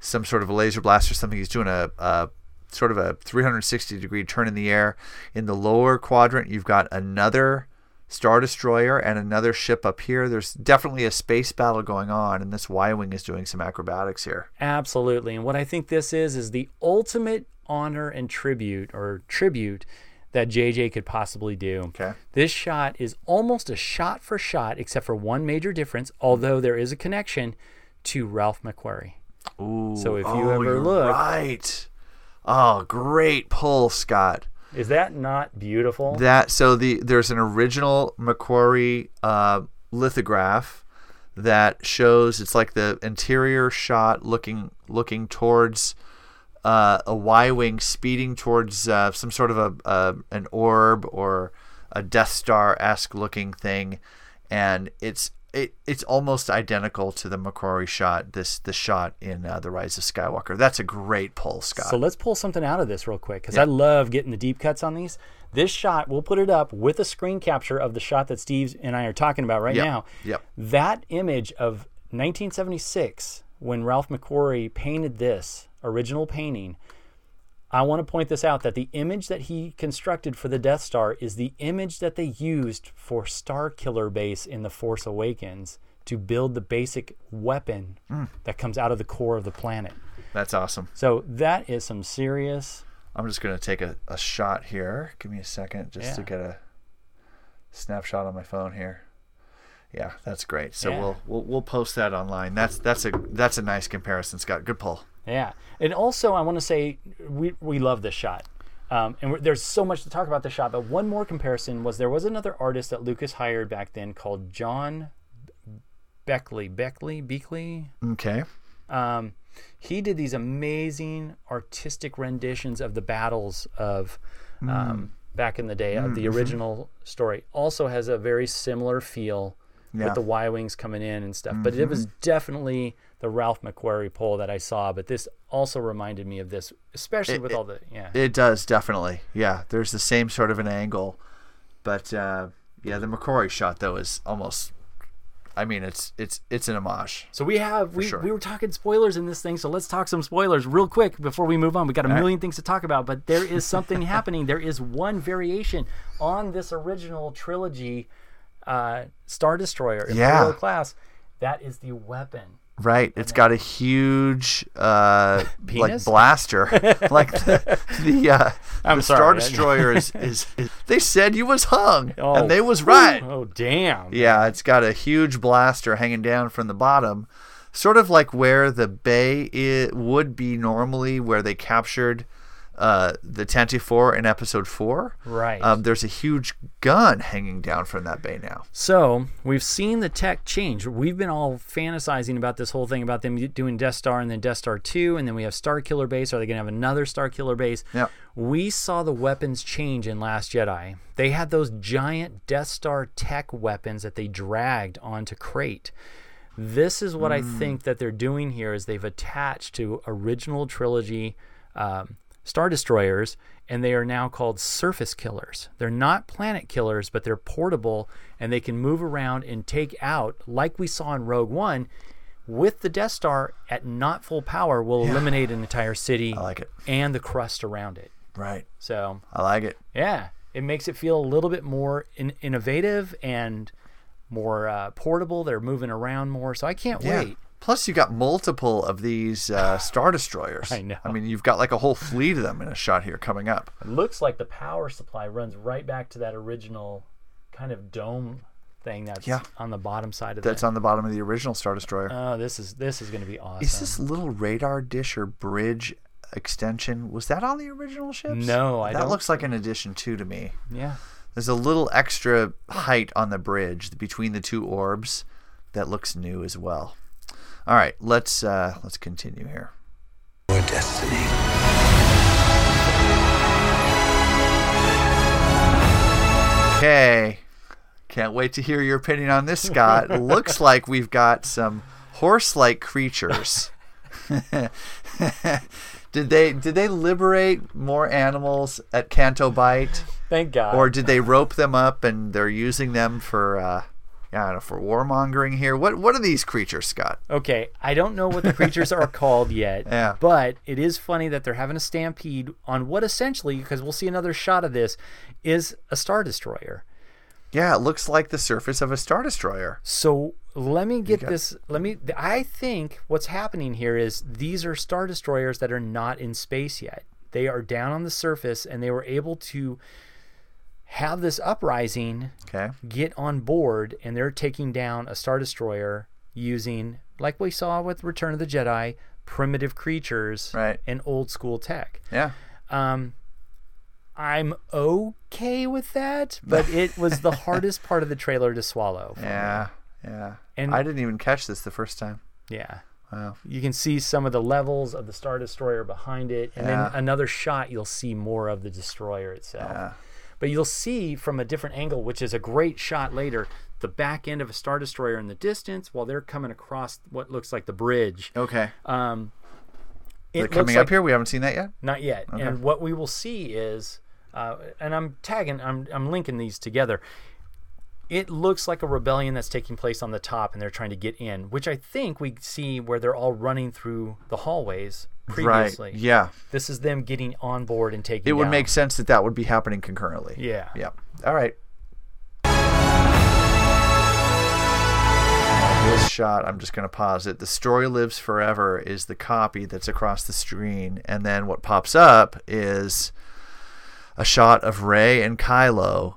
Speaker 5: some sort of a laser blast or something. He's doing a, a sort of a 360 degree turn in the air. In the lower quadrant, you've got another star destroyer and another ship up here. There's definitely a space battle going on, and this Y wing is doing some acrobatics here.
Speaker 6: Absolutely. And what I think this is is the ultimate honor and tribute or tribute that JJ could possibly do.
Speaker 5: Okay.
Speaker 6: This shot is almost a shot for shot, except for one major difference, although there is a connection to Ralph McQuarrie.
Speaker 5: Ooh,
Speaker 6: So if you
Speaker 5: oh,
Speaker 6: ever
Speaker 5: you're
Speaker 6: look-
Speaker 5: right. Oh, great pull, Scott.
Speaker 6: Is that not beautiful?
Speaker 5: That so the there's an original Macquarie uh, lithograph that shows it's like the interior shot looking looking towards uh, a Y-wing speeding towards uh, some sort of a, a an orb or a Death Star-esque looking thing, and it's it, it's almost identical to the Macquarie shot. This the shot in uh, the Rise of Skywalker. That's a great pull, Scott.
Speaker 6: So let's pull something out of this real quick because I love getting the deep cuts on these. This shot, we'll put it up with a screen capture of the shot that Steve and I are talking about right
Speaker 5: Yep,
Speaker 6: now.
Speaker 5: yep.
Speaker 6: That image of 1976 when Ralph McQuarrie painted this original painting. I want to point this out that the image that he constructed for the Death Star is the image that they used for Star Killer Base in The Force Awakens to build the basic weapon that comes out of the core of the planet.
Speaker 5: That's awesome.
Speaker 6: So that is some serious.
Speaker 5: I'm just gonna take a, a shot here. Give me a second just to
Speaker 6: Yeah.
Speaker 5: get a snapshot on my phone here. Yeah, that's great. So
Speaker 6: Yeah.
Speaker 5: we'll, we'll we'll post that online. That's that's a that's a nice comparison, Scott. Good pull.
Speaker 6: Yeah. And also, I want to say we, we love this shot. Um, and we're, there's so much to talk about this shot. But one more comparison was there was another artist that Lucas hired back then called John Beckley. Beckley? Beckley?
Speaker 5: Okay.
Speaker 6: Um, he did these amazing artistic renditions of the battles of
Speaker 5: Hmm.
Speaker 6: um, back in the day of
Speaker 5: mm-hmm.
Speaker 6: the original story. Also has a very similar feel
Speaker 5: Yeah. Mm-hmm.
Speaker 6: with the Y wings coming in and stuff. But it was definitely the Ralph McQuarrie poll that I saw. But this also reminded me of this, especially with all the yeah.
Speaker 5: It does definitely. Yeah, there's the same sort of an angle, but uh, yeah, the McCrory shot though is almost. I mean, it's it's it's an homage.
Speaker 6: so we have we,
Speaker 5: sure.
Speaker 6: we were talking spoilers in this thing. So let's talk some spoilers real quick before we move on. We got a million things to talk about, but
Speaker 5: (laughs)
Speaker 6: there is something happening. There is one variation on this original trilogy, uh, Star Destroyer, Imperial
Speaker 5: Yeah.
Speaker 6: class. That is the weapon.
Speaker 5: Right. It's got a huge
Speaker 6: (laughs)
Speaker 5: uh, like
Speaker 6: Penis? (laughs)
Speaker 5: blaster. (laughs) like the, the uh,
Speaker 6: I'm
Speaker 5: the Star
Speaker 6: sorry, I-
Speaker 5: Destroyer
Speaker 6: (laughs)
Speaker 5: is, is, is they said you was hung and they was
Speaker 6: Oh, whew.
Speaker 5: right.
Speaker 6: Oh damn.
Speaker 5: Yeah, it's got a huge blaster hanging down from the bottom, sort of like where the bay it would be normally, where they captured uh, the Tantivore in Episode Four.
Speaker 6: Right.
Speaker 5: Um, there's a huge gun hanging down from that bay now.
Speaker 6: So we've seen the tech change. We've been all fantasizing about this whole thing about them doing Death Star and then Death Star Two, and then we have Star Killer Base. Are they going to have another Star Killer Base?
Speaker 5: Yep.
Speaker 6: We saw the weapons change in Last Jedi. They had those giant Death Star tech weapons that they dragged onto crate. This is what I think that they're doing here is they've attached to original trilogy um, Star Destroyers, and they are now called surface killers. They're not planet killers, but they're portable and they can move around and take out, like we saw in Rogue One, with the Death Star at not full power, will eliminate an entire city
Speaker 5: I like it.
Speaker 6: and the crust around it.
Speaker 5: Right.
Speaker 6: So,
Speaker 5: I like it.
Speaker 6: yeah, it makes it feel a little bit more in- innovative and more uh, portable. They're moving around more, so I can't wait.
Speaker 5: Plus, you got multiple of these
Speaker 6: (sighs)
Speaker 5: uh, Star Destroyers.
Speaker 6: I know.
Speaker 5: I mean, you've got like a whole fleet of them in a shot here coming up.
Speaker 6: looks like the power supply runs right back to that original kind of dome thing that's
Speaker 5: Yeah.
Speaker 6: on the bottom side of
Speaker 5: That's
Speaker 6: that.
Speaker 5: on the bottom of the original Star Destroyer.
Speaker 6: oh, this is this is going to be awesome.
Speaker 5: Is this little radar dish or bridge extension? Was that on the original ships?
Speaker 6: No, I
Speaker 5: that
Speaker 6: don't-
Speaker 5: looks like an addition too to me.
Speaker 6: yeah.
Speaker 5: There's a little extra height on the bridge between the two orbs that looks new as well. All right, let's uh, let's continue here.
Speaker 2: Your destiny.
Speaker 5: Okay, can't wait to hear your opinion on this, Scott.
Speaker 6: (laughs)
Speaker 5: looks like we've got some horse-like
Speaker 6: (laughs)
Speaker 5: creatures. did they did they liberate more animals at Canto Bite?
Speaker 6: Thank God.
Speaker 5: or did they rope them up and they're using them for uh I don't know, for warmongering here. What what are these creatures, Scott?
Speaker 6: Okay, I don't know what the creatures
Speaker 5: (laughs)
Speaker 6: are called yet,
Speaker 5: Yeah.
Speaker 6: but it is funny that they're having a stampede on what essentially, because we'll see another shot of this, is a star destroyer.
Speaker 5: Yeah, it looks like the surface of a star destroyer.
Speaker 6: So let me get
Speaker 5: got-
Speaker 6: this. Let me. I think what's happening here is these are star destroyers that are not in space yet. They are down on the surface, and they were able to have this uprising
Speaker 5: Okay.
Speaker 6: get on board and they're taking down a star destroyer using like we saw with return of the jedi primitive creatures
Speaker 5: Right.
Speaker 6: and old school tech.
Speaker 5: Yeah.
Speaker 6: Um, I'm okay with that, but it was the hardest part of the trailer to swallow.
Speaker 5: Yeah. Yeah.
Speaker 6: And-
Speaker 5: I didn't even catch this the first time.
Speaker 6: Yeah.
Speaker 5: Wow.
Speaker 6: You can see some of the levels of the Star Destroyer behind it, and
Speaker 5: Yeah.
Speaker 6: then another shot you'll see more of the destroyer itself.
Speaker 5: Yeah.
Speaker 6: But you'll see from a different angle, which is a great shot later, the back end of a Star Destroyer in the distance while they're coming across what looks like the bridge.
Speaker 5: Okay.
Speaker 6: Um, it
Speaker 5: Is it
Speaker 6: looks
Speaker 5: Oh, coming
Speaker 6: like-
Speaker 5: up here? We haven't seen that yet.
Speaker 6: Not yet. And what we will see is, uh, and I'm tagging, I'm, I'm linking these together. It looks like a rebellion that's taking place on the top, and they're trying to get in, which I think we see where they're all running through the hallways previously.
Speaker 5: Right. Yeah.
Speaker 6: This is them getting on board and taking.
Speaker 5: It would
Speaker 6: down.
Speaker 5: make sense that that would be happening concurrently.
Speaker 6: Yeah.
Speaker 5: Yeah. All right. This shot, I'm just going to pause it. The story lives forever is the copy that's across the screen. And then what pops up is a shot of Ray and Kylo.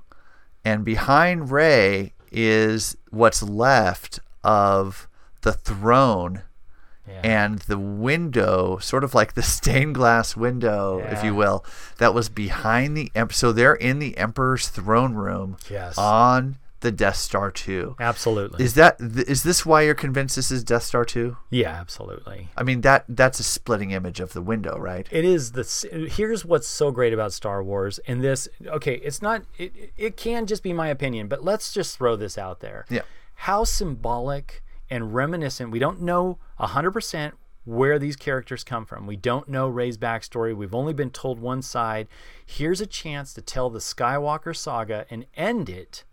Speaker 5: And behind Ray is what's left of the throne and the window, sort of like the stained glass window, if you will, that was behind the em- so they're in the Emperor's throne room
Speaker 6: Yes.
Speaker 5: on the Death Star two.
Speaker 6: Absolutely.
Speaker 5: Is that th- is this why you're convinced this is Death Star two?
Speaker 6: yeah, absolutely.
Speaker 5: I mean that that's a splitting image of the window, right?
Speaker 6: It is the s- here's what's so great about Star Wars and this okay, it's not it, it can just be my opinion, but let's just throw this out there.
Speaker 5: Yeah.
Speaker 6: How symbolic and reminiscent. We don't know 100% where these characters come from. We don't know Ray's backstory. We've only been told one side. Here's a chance to tell the Skywalker saga and end it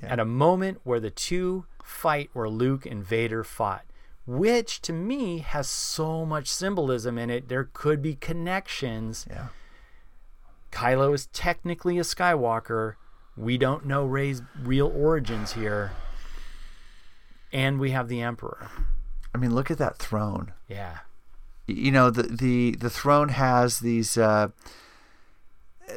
Speaker 6: at a moment where the two fight where Luke and Vader fought, which to me has so much symbolism in it. There could be connections.
Speaker 5: Yeah.
Speaker 6: Kylo is technically a Skywalker. We don't know Ray's real origins here. And we have the Emperor.
Speaker 5: I mean, look at that throne.
Speaker 6: Yeah.
Speaker 5: Y- You know the the the throne has these. Uh,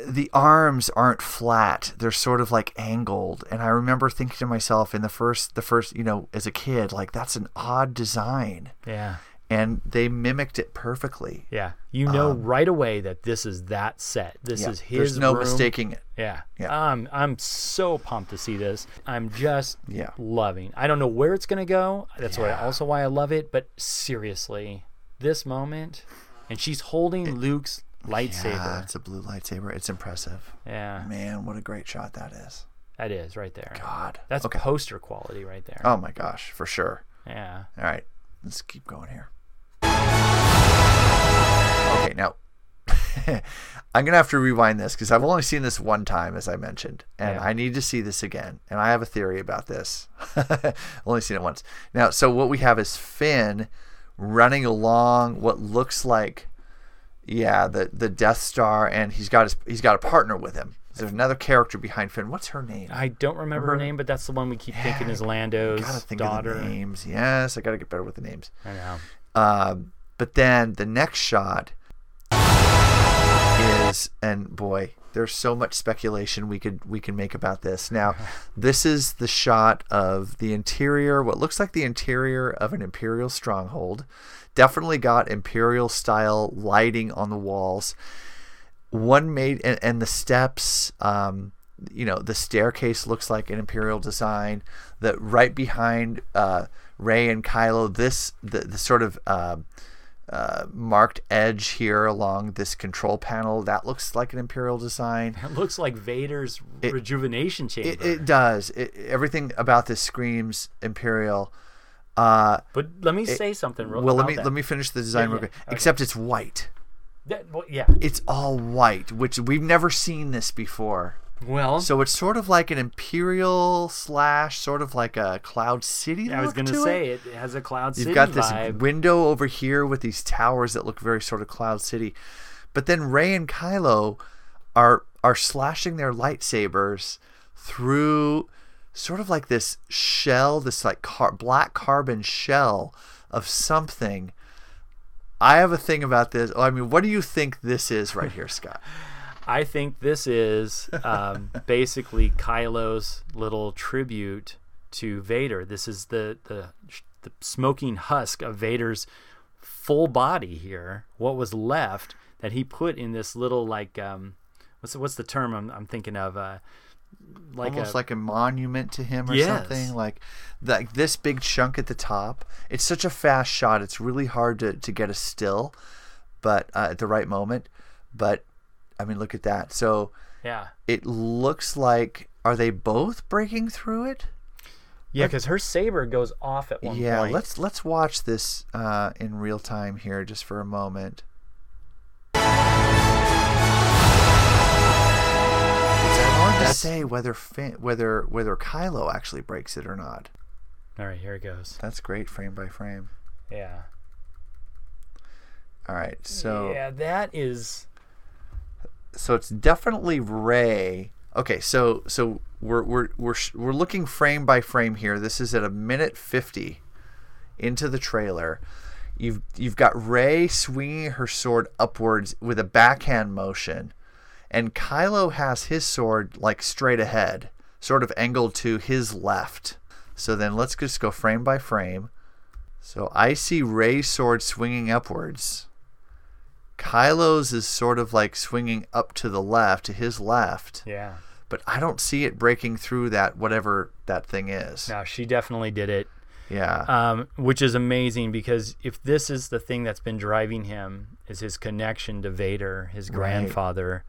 Speaker 5: the arms aren't flat they're sort of like angled and i remember thinking to myself in the first the first you know as a kid like that's an odd design
Speaker 6: Yeah.
Speaker 5: and they mimicked it perfectly
Speaker 6: Yeah. You know right away that this is that set. This
Speaker 5: Um, Yeah,
Speaker 6: is his
Speaker 5: there's no
Speaker 6: room.
Speaker 5: mistaking it
Speaker 6: Yeah.
Speaker 5: Yeah.
Speaker 6: Um, I'm so pumped to see this. I'm just
Speaker 5: Yeah.
Speaker 6: loving. I don't know where it's gonna go. That's why also why I love it. But seriously, this moment, and she's holding Luke's
Speaker 5: yeah,
Speaker 6: lightsaber.
Speaker 5: it's a blue lightsaber it's impressive
Speaker 6: Yeah,
Speaker 5: man what a great shot that is
Speaker 6: that is right there.
Speaker 5: god
Speaker 6: That's
Speaker 5: okay
Speaker 6: poster quality right there.
Speaker 5: oh my gosh for sure
Speaker 6: Yeah.
Speaker 5: all right let's keep going here okay now (laughs) i'm gonna have to rewind this because i've only seen this one time as i mentioned and
Speaker 6: Yeah.
Speaker 5: i need to see this again and i have a theory about this (laughs) only seen it once now so what we have is finn running along what looks like yeah the the death star and he's got his he's got a partner with him there's another character behind finn what's her name
Speaker 6: I don't remember her name, but that's the one we keep thinking is Lando's
Speaker 5: gotta think
Speaker 6: daughter.
Speaker 5: of the names. Yes, I gotta get better with the names.
Speaker 6: I know.
Speaker 5: Um, but then the next shot is, and boy, there's so much speculation we could we can make about this.
Speaker 6: (laughs)
Speaker 5: Now, this is the shot of the interior, what looks like the interior of an imperial stronghold. Definitely got imperial style lighting on the walls. One made and, and the steps. Um, you know the staircase looks like an imperial design that right behind uh ray and kylo this the, the sort of uh, uh, marked edge here along this control panel that looks like an imperial design
Speaker 6: It looks like Vader's
Speaker 5: It-
Speaker 6: rejuvenation chamber.
Speaker 5: it, it does it, everything about this screams imperial uh
Speaker 6: but let me say something real
Speaker 5: well let
Speaker 6: about
Speaker 5: me
Speaker 6: that.
Speaker 5: let me finish the design
Speaker 6: Yeah,
Speaker 5: real
Speaker 6: yeah,
Speaker 5: quick
Speaker 6: okay.
Speaker 5: except it's white
Speaker 6: That- well, yeah.
Speaker 5: it's all white which we've never seen this before
Speaker 6: Well,
Speaker 5: So it's sort of like an imperial slash, sort of like a cloud city.
Speaker 6: I was
Speaker 5: look
Speaker 6: gonna
Speaker 5: to
Speaker 6: say
Speaker 5: it.
Speaker 6: it. has a Cloud City
Speaker 5: You've got this
Speaker 6: vibe.
Speaker 5: window over here with these towers that look very sort of cloud city, but then Ray and Kylo are are slashing their lightsabers through sort of like this shell, this like car- black carbon shell of something. I have a thing about this. Oh, I mean, what do you think this is right
Speaker 6: (laughs)
Speaker 5: here, Scott?
Speaker 6: I think
Speaker 5: (laughs)
Speaker 6: this is um, basically Kylo's little tribute to Vader. This is the the, the smoking husk of Vader's full body here, what was left that he put in this little like um, what's what's the term I'm, I'm thinking of? Uh,
Speaker 5: like almost a, like a monument to him or
Speaker 6: Yes.
Speaker 5: something like like this big chunk at the top it's such a fast shot it's really hard to, to get a still but uh, at the right moment but i mean look at that so
Speaker 6: yeah,
Speaker 5: it looks like are they both breaking through it
Speaker 6: yeah, because her saber goes off at one
Speaker 5: yeah
Speaker 6: point.
Speaker 5: let's let's watch this uh, in real time here just for a moment It's hard to say whether Fin- whether whether Kylo actually breaks it or not.
Speaker 6: All right, here it goes.
Speaker 5: That's great, frame by frame.
Speaker 6: Yeah.
Speaker 5: All right, so
Speaker 6: yeah, that is
Speaker 5: so it's definitely Ray. Okay, so so we're we're we're sh- we're looking frame by frame here. This is at a minute fifty into the trailer. You've you've got Ray swinging her sword upwards with a backhand motion, and Kylo has his sword like straight ahead, sort of angled to his left. So then let's just go frame by frame. So I see Ray's sword swinging upwards. Kylo's is sort of like swinging up to the left, to his left,
Speaker 6: yeah.
Speaker 5: but I don't see it breaking through that whatever that thing is.
Speaker 6: No, she definitely did it.
Speaker 5: Yeah.
Speaker 6: um, which is amazing because if this is the thing that's been driving him is his connection to Vader, his grandfather.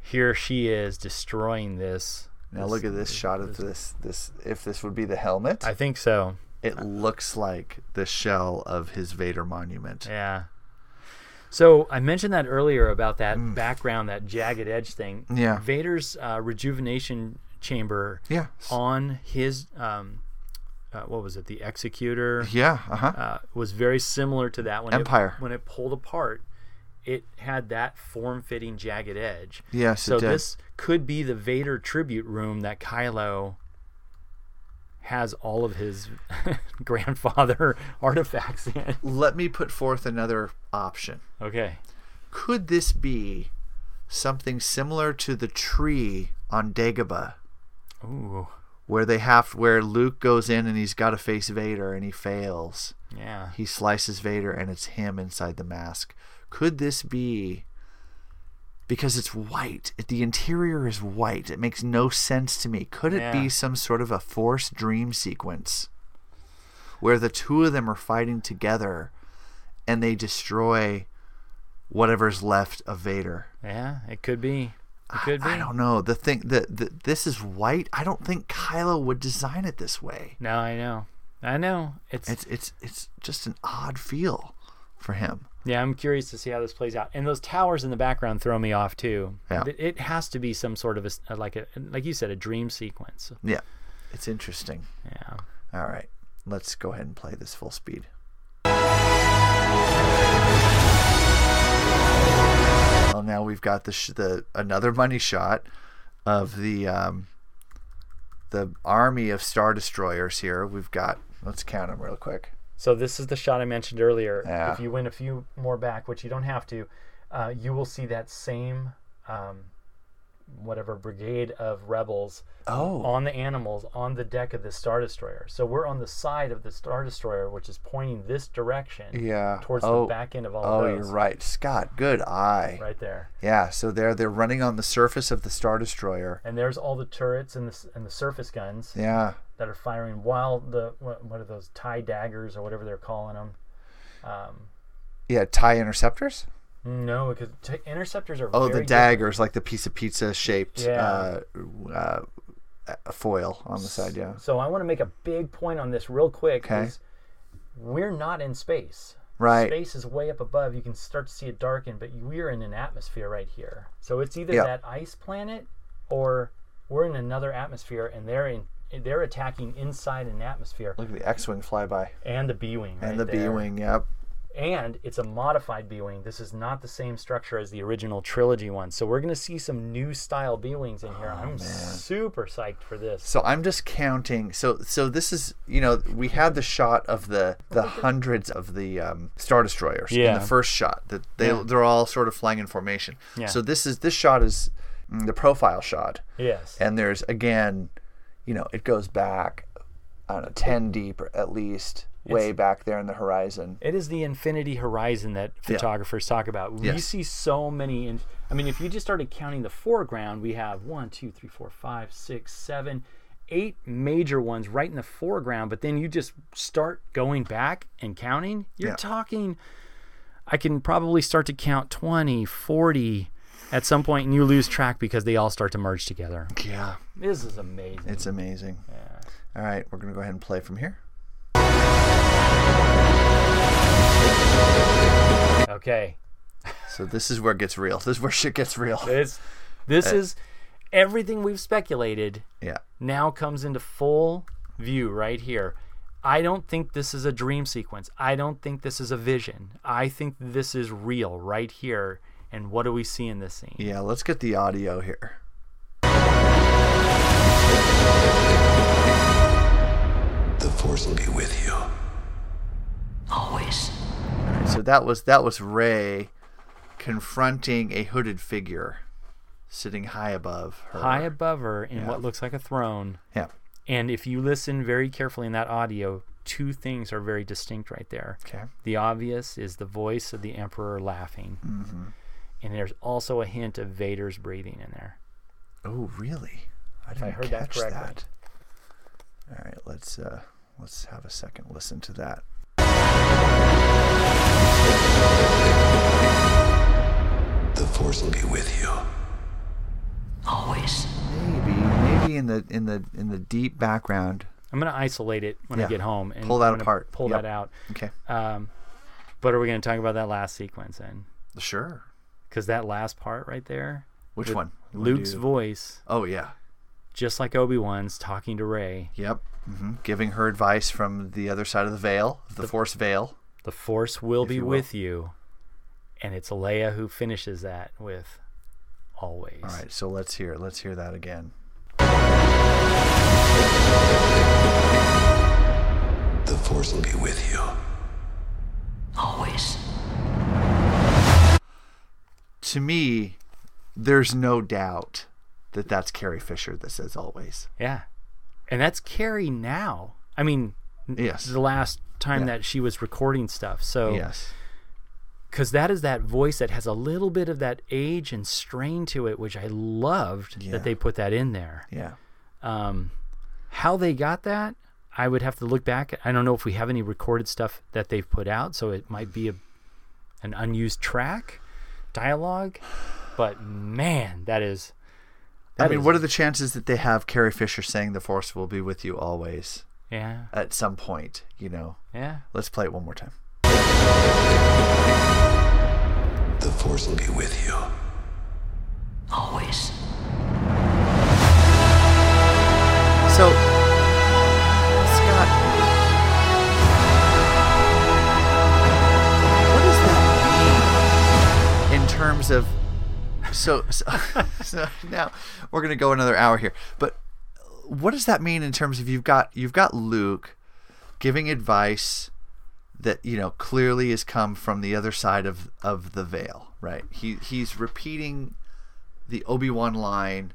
Speaker 6: Here she is destroying this.
Speaker 5: now look at this shot of this this if this would be the helmet.
Speaker 6: I think so.
Speaker 5: it looks like the shell of his Vader monument.
Speaker 6: Yeah. So I mentioned that earlier about that background, that jagged edge thing.
Speaker 5: Mm. Yeah.
Speaker 6: Vader's uh, rejuvenation chamber.
Speaker 5: Yeah.
Speaker 6: On his, um, uh, what was it? The Executor.
Speaker 5: Yeah, uh-huh.
Speaker 6: uh, was very similar to that when
Speaker 5: Empire.
Speaker 6: It, when it pulled apart, it had that form-fitting jagged edge.
Speaker 5: Yes, it
Speaker 6: So
Speaker 5: did.
Speaker 6: this could be the Vader tribute room that Kylo has all of his (laughs) grandfather (laughs) artifacts in.
Speaker 5: Let me put forth another option.
Speaker 6: Okay.
Speaker 5: Could this be something similar to the tree on Dagobah?
Speaker 6: Ooh.
Speaker 5: where they have where Luke goes in and he's got to face Vader and he fails.
Speaker 6: Yeah.
Speaker 5: He slices Vader and it's him inside the mask. Could this be because it's white? The interior is white. It makes no sense to me. Could it
Speaker 6: Yeah.
Speaker 5: be some sort of a forced dream sequence where the two of them are fighting together and they destroy whatever's left of Vader?
Speaker 6: Yeah. It could be. It could be.
Speaker 5: I don't know. The thing that the, this is white. I don't think Kylo would design it this way.
Speaker 6: No, I know. I know. It's,
Speaker 5: It's it's it's just an odd feel for him.
Speaker 6: yeah. I'm curious to see how this plays out. And those towers in the background throw me off too.
Speaker 5: Yeah.
Speaker 6: It, it has to be some sort of a s- uh, like a like you said a dream sequence.
Speaker 5: Yeah, it's interesting.
Speaker 6: Yeah.
Speaker 5: All right, let's go ahead and play this full speed. Well, now we've got the sh- the another money shot of the um, the army of star destroyers here. We've got let's count them real quick.
Speaker 6: So this is the shot I mentioned earlier.
Speaker 5: Yeah.
Speaker 6: If you went a few more back, which you don't have to, uh, you will see that same um, whatever brigade of rebels
Speaker 5: Oh.
Speaker 6: on the animals on the deck of the star destroyer. So we're on the side of the star destroyer, which is pointing this direction.
Speaker 5: Yeah.
Speaker 6: Towards
Speaker 5: Oh.
Speaker 6: the back end of all
Speaker 5: Oh,
Speaker 6: of
Speaker 5: you're
Speaker 6: those.
Speaker 5: right, Scott. Good eye.
Speaker 6: Right there.
Speaker 5: Yeah, so they're they're running on the surface of the star destroyer.
Speaker 6: And there's all the turrets and the s- and the surface guns
Speaker 5: Yeah,
Speaker 6: that are firing while the what, what are those tie daggers or whatever they're calling them.
Speaker 5: yeah. Tie interceptors.
Speaker 6: No, because t- interceptors are
Speaker 5: Oh,
Speaker 6: very
Speaker 5: the
Speaker 6: different.
Speaker 5: daggers, like the piece of pizza shaped
Speaker 6: Yeah.
Speaker 5: uh, uh, a foil on the side. Yeah,
Speaker 6: So I want to make a big point on this real quick.
Speaker 5: Okay.
Speaker 6: 'cause We're not in space.
Speaker 5: right.
Speaker 6: Space is way up above. You can start to see it darken, but we're in an atmosphere right here. So it's either
Speaker 5: Yeah.
Speaker 6: that ice planet, or we're in another atmosphere, and they're in they're attacking inside an atmosphere
Speaker 5: Look at the X-wing flyby
Speaker 6: and the B wing.
Speaker 5: and the B-wing. Yep.
Speaker 6: And it's a modified B wing. This is not the same structure as the original trilogy one. So we're gonna see some new style B wings in here. I'm super psyched for this.
Speaker 5: So I'm just counting. So so this is you know we had the shot of the the hundreds of the um, star destroyers in
Speaker 6: Yeah.
Speaker 5: the first shot that they they're all sort of flying in formation.
Speaker 6: Yeah.
Speaker 5: So this is this shot is mm, the profile shot.
Speaker 6: Yes.
Speaker 5: and there's again you know it goes back I don't know, ten deep or at least, way back there in the horizon.
Speaker 6: It is the infinity horizon that photographers talk about. We
Speaker 5: Yes.
Speaker 6: see so many. In, I mean, if you just started counting the foreground, we have one, two, three, four, five, six, seven, eight major ones right in the foreground. But then you just start going back and counting. You're
Speaker 5: Yeah.
Speaker 6: talking, I can probably start to count 20, 40 at some point, and you lose track because they all start to merge together.
Speaker 5: Yeah,
Speaker 6: This is amazing.
Speaker 5: it's amazing. All right, we're gonna go ahead and play from here.
Speaker 6: okay.
Speaker 5: So this is where it gets real. (laughs) This is where shit gets real.
Speaker 6: It's,
Speaker 5: Uh,
Speaker 6: this is everything we've speculated
Speaker 5: Yeah.
Speaker 6: now comes into full view right here. I don't think this is a dream sequence. I don't think this is a vision. I think this is real right here. And what do we see in this scene?
Speaker 5: Yeah, let's get the audio here.
Speaker 2: The Force will be with you.
Speaker 3: Always.
Speaker 5: So that was that was Ray confronting a hooded figure sitting high above her.
Speaker 6: High above her in what looks like a throne.
Speaker 5: Yeah.
Speaker 6: And if you listen very carefully in that audio, two things are very distinct right there.
Speaker 5: Okay.
Speaker 6: The obvious is the voice of the Emperor laughing.
Speaker 5: Mm-hmm.
Speaker 6: And there's also a hint of Vader's breathing in there.
Speaker 5: Oh, really? I didn't
Speaker 6: heard that
Speaker 5: catch that,
Speaker 6: correctly.
Speaker 5: All right, let's uh let's have a second listen to that.
Speaker 2: The Force will be with you.
Speaker 3: Always.
Speaker 5: Maybe maybe in the in the in the deep background.
Speaker 6: I'm going to isolate it when
Speaker 5: Yeah.
Speaker 6: I get home and
Speaker 5: Pull that
Speaker 6: I'm gonna
Speaker 5: apart.
Speaker 6: Pull
Speaker 5: Yep.
Speaker 6: that out.
Speaker 5: Okay.
Speaker 6: Um, but are we going to talk about that last sequence then?
Speaker 5: Sure.
Speaker 6: Because that last part right there,
Speaker 5: Which
Speaker 6: With
Speaker 5: one?
Speaker 6: Luke's
Speaker 5: voice.
Speaker 6: voice,
Speaker 5: Oh yeah.
Speaker 6: just like Obi Wan's talking to Ray,
Speaker 5: Yep. hmm Giving her advice from the other side of the veil, the, force veil.
Speaker 6: the Force will be
Speaker 5: you will.
Speaker 6: with you. And it's Leia who finishes that with always.
Speaker 5: All right, so let's hear let's hear that again.
Speaker 2: The Force will be with you.
Speaker 3: Always.
Speaker 5: To me, there's no doubt that that's Carrie Fisher that says always.
Speaker 6: Yeah. And that's Carrie now. I mean, n-
Speaker 5: Yes.
Speaker 6: the last time
Speaker 5: Yeah.
Speaker 6: that she was recording stuff. So,
Speaker 5: Yes.
Speaker 6: because that is that voice that has a little bit of that age and strain to it, which I loved
Speaker 5: Yeah.
Speaker 6: that they put that in there.
Speaker 5: Yeah.
Speaker 6: Um, how they got that, I would have to look back. I don't know if we have any recorded stuff that they've put out, so it might be a, an unused track, dialogue. But man, that is
Speaker 5: I
Speaker 6: That
Speaker 5: mean,
Speaker 6: is-
Speaker 5: what are the chances that they have Carrie Fisher saying the force will be with you always
Speaker 6: yeah,
Speaker 5: at some point, you know?
Speaker 6: yeah.
Speaker 5: Let's play it one more time.
Speaker 2: The Force will be with you.
Speaker 3: Always.
Speaker 5: So Scott What does that mean in terms of so so, (laughs) so now we're going to go another hour here. But what does that mean in terms of you've got you've got Luke giving advice that you know clearly has come from the other side of of the veil, right? He he's repeating the Obi-Wan line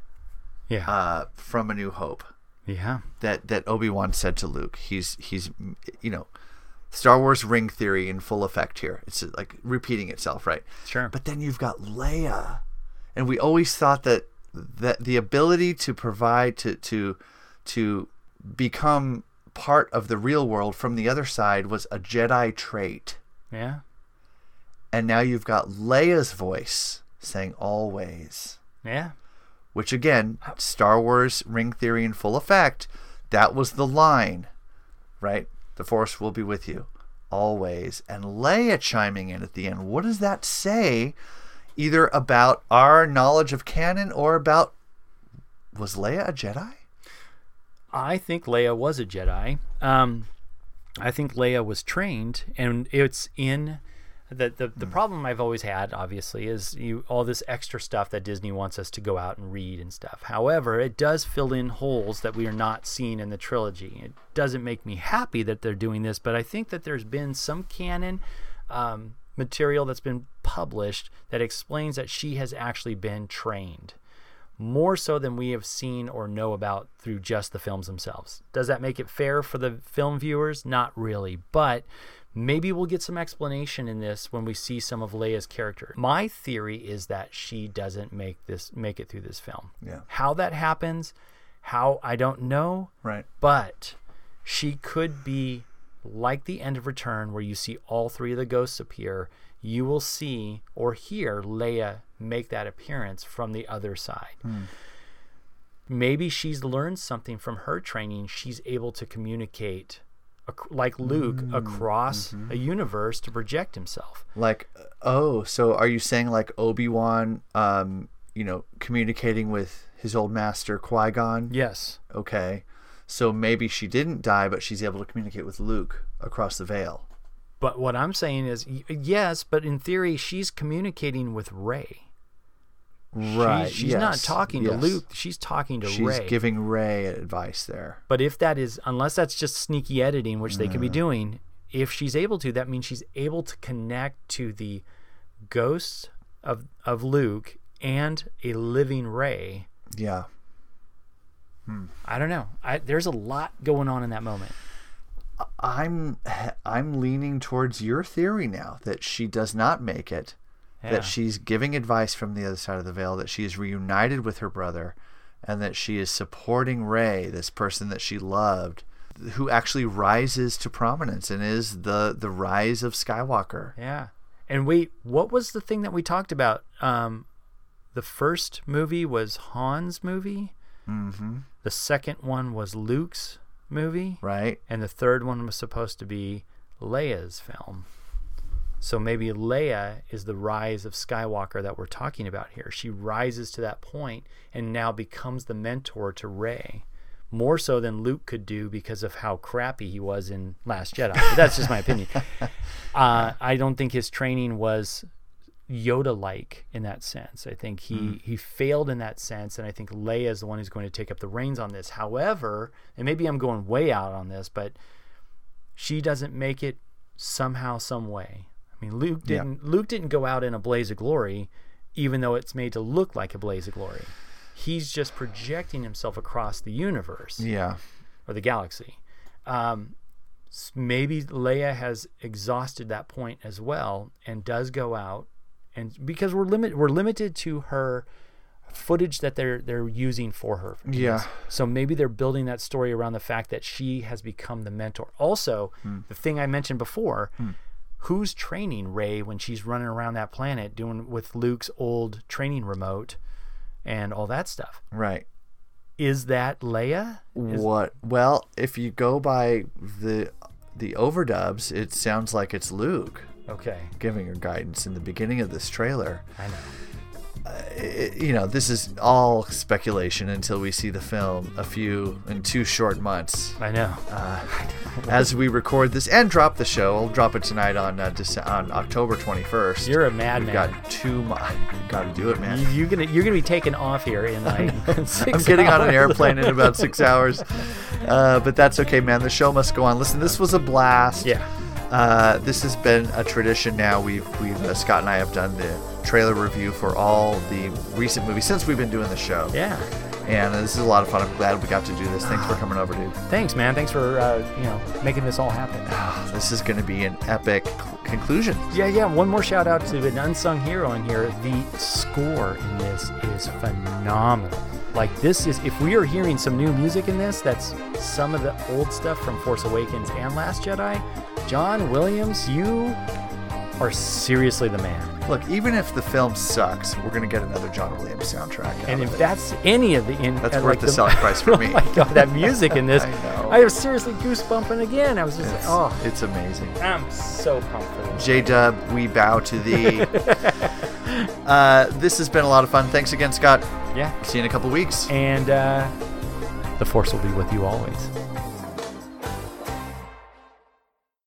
Speaker 6: Yeah.
Speaker 5: uh, from A New Hope
Speaker 6: yeah.
Speaker 5: that that Obi Wan said to Luke. He's he's you know, Star Wars ring theory in full effect here. It's uh, like repeating itself, right?
Speaker 6: Sure.
Speaker 5: But then you've got Leia, and we always thought that that the ability to provide to to to become part of the real world from the other side was a Jedi trait,
Speaker 6: Yeah.
Speaker 5: and now you've got Leia's voice saying always
Speaker 6: Yeah.
Speaker 5: which again, Star Wars ring theory in full effect, that was the line, right? The Force will be with you always. And Leia chiming in at the end, what does that say either about our knowledge of canon or about was Leia a Jedi?
Speaker 6: I think Leia was a Jedi. Um, I think Leia was trained, and it's in the the, the problem I've always had. Obviously, is you all this extra stuff that Disney wants us to go out and read and stuff. However, it does fill in holes that we are not seeing in the trilogy. It doesn't make me happy that they're doing this, but I think that there's been some canon. Um, material that's been published that explains that she has actually been trained more so than we have seen or know about through just the films themselves. Does that make it fair for the film viewers? Not really, but maybe we'll get some explanation in this when we see some of Leia's character. My theory is that she doesn't make this make it through this film.
Speaker 5: Yeah.
Speaker 6: How that happens, how I don't know,
Speaker 5: Right.
Speaker 6: but she could be like the end of Return, where you see all three of the ghosts appear. You will see or hear Leia make that appearance from the other side.
Speaker 5: Hmm.
Speaker 6: Maybe she's learned something from her training. She's able to communicate, ac- like Luke,
Speaker 5: Hmm.
Speaker 6: across
Speaker 5: Mm-hmm.
Speaker 6: a universe to project himself.
Speaker 5: Like, oh, so are you saying like Obi Wan, um, you know, communicating with his old master Qui Gon?
Speaker 6: Yes.
Speaker 5: Okay. So maybe she didn't die, but she's able to communicate with Luke across the veil.
Speaker 6: But what I'm saying is, y- yes, but in theory, she's communicating with Ray.
Speaker 5: Right.
Speaker 6: she's not talking to Luke. She's talking to
Speaker 5: She's
Speaker 6: Ray.
Speaker 5: giving Ray advice there.
Speaker 6: But if that is, unless that's just sneaky editing, which they could be doing, if she's able to, that means she's able to connect to the ghosts of of Luke and a living Ray.
Speaker 5: Yeah.
Speaker 6: I don't know. I, there's a lot going on in that moment.
Speaker 5: I'm I'm leaning towards your theory now that she does not make it.
Speaker 6: Yeah.
Speaker 5: That she's giving advice from the other side of the veil. That she is reunited with her brother, and that she is supporting Ray, this person that she loved, who actually rises to prominence and is the the rise of Skywalker.
Speaker 6: Yeah. And wait, what was the thing that we talked about? Um, the first movie was Han's movie. Mm-hmm. The second one was Luke's movie.
Speaker 5: Right.
Speaker 6: and the third one was supposed to be Leia's film. So maybe Leia is the rise of Skywalker that we're talking about here. She rises to that point and now becomes the mentor to Rey, more so than Luke could do because of how crappy he was in Last Jedi. But that's just my opinion. Uh, I don't think his training was Yoda-like in that sense. I think he
Speaker 5: Mm.
Speaker 6: he failed in that sense, and I think Leia is the one who's going to take up the reins on this. However, and maybe I'm going way out on this, but she doesn't make it somehow, some way. I mean, Luke
Speaker 5: Yeah.
Speaker 6: didn't. Luke didn't go out in a blaze of glory, even though it's made to look like a blaze of glory. He's just projecting himself across the universe
Speaker 5: Yeah.
Speaker 6: or the galaxy. Um, s- maybe Leia has exhausted that point as well and does go out, and because we're limit we're limited to her footage that they're they're using for her.
Speaker 5: Yeah.
Speaker 6: So maybe they're building that story around the fact that she has become the mentor. Also, the thing I mentioned before. Who's training Ray when she's running around that planet doing with Luke's old training remote and all that stuff?
Speaker 5: Right.
Speaker 6: Is that Leia?
Speaker 5: What? Well, if you go by the the overdubs, it sounds like it's Luke
Speaker 6: Okay.
Speaker 5: giving her guidance in the beginning of this trailer. Uh,
Speaker 6: I know.
Speaker 5: It, you know, this is all speculation until we see the film a few in two short months.
Speaker 6: I know.
Speaker 5: As we record this and drop the show, I'll drop it tonight on uh, Dece- on October 21st.
Speaker 6: You're a madman.
Speaker 5: We've got two (laughs) months. Got to do it, man.
Speaker 6: You- You're gonna you're gonna be taken off
Speaker 5: (laughs)
Speaker 6: here in like six.
Speaker 5: I'm getting on an
Speaker 6: (laughs) hours.
Speaker 5: airplane in about six
Speaker 6: (laughs)
Speaker 5: hours. Uh, but that's okay, man. The show must go on. Listen, this was a blast.
Speaker 6: Yeah.
Speaker 5: Uh, this has been a tradition now. We've, we've uh, Scott and I have done the trailer review for all the recent movies since we've been doing the show.
Speaker 6: Yeah.
Speaker 5: And uh, this is a lot of fun. I'm glad we got to do this. Thanks for coming over, dude.
Speaker 6: Thanks, man. Thanks for uh, you know making this all happen.
Speaker 5: This is going to be an epic conclusion.
Speaker 6: Yeah, yeah. One more shout out to an unsung hero in here. The score in this is phenomenal. Like this is if we are hearing some new music in this, that's some of the old stuff from Force Awakens and Last Jedi. John Williams, you are seriously the man.
Speaker 5: Look, even if the film sucks, we're going to get another John Williams soundtrack. out
Speaker 6: And
Speaker 5: of
Speaker 6: if
Speaker 5: it.
Speaker 6: that's any of the in,
Speaker 5: That's
Speaker 6: uh,
Speaker 5: worth the selling price for me.
Speaker 6: (laughs) oh my god, that music in
Speaker 5: (laughs)
Speaker 6: this!
Speaker 5: I know.
Speaker 6: I was seriously goosebumping again. I was just
Speaker 5: it's,
Speaker 6: like, oh,
Speaker 5: it's amazing.
Speaker 6: I'm so pumped for this.
Speaker 5: J Dub, we bow to thee. uh, this has been a lot of fun. Thanks again, Scott.
Speaker 6: Yeah,
Speaker 5: See you in a couple weeks.
Speaker 6: and uh, the force will be with you always.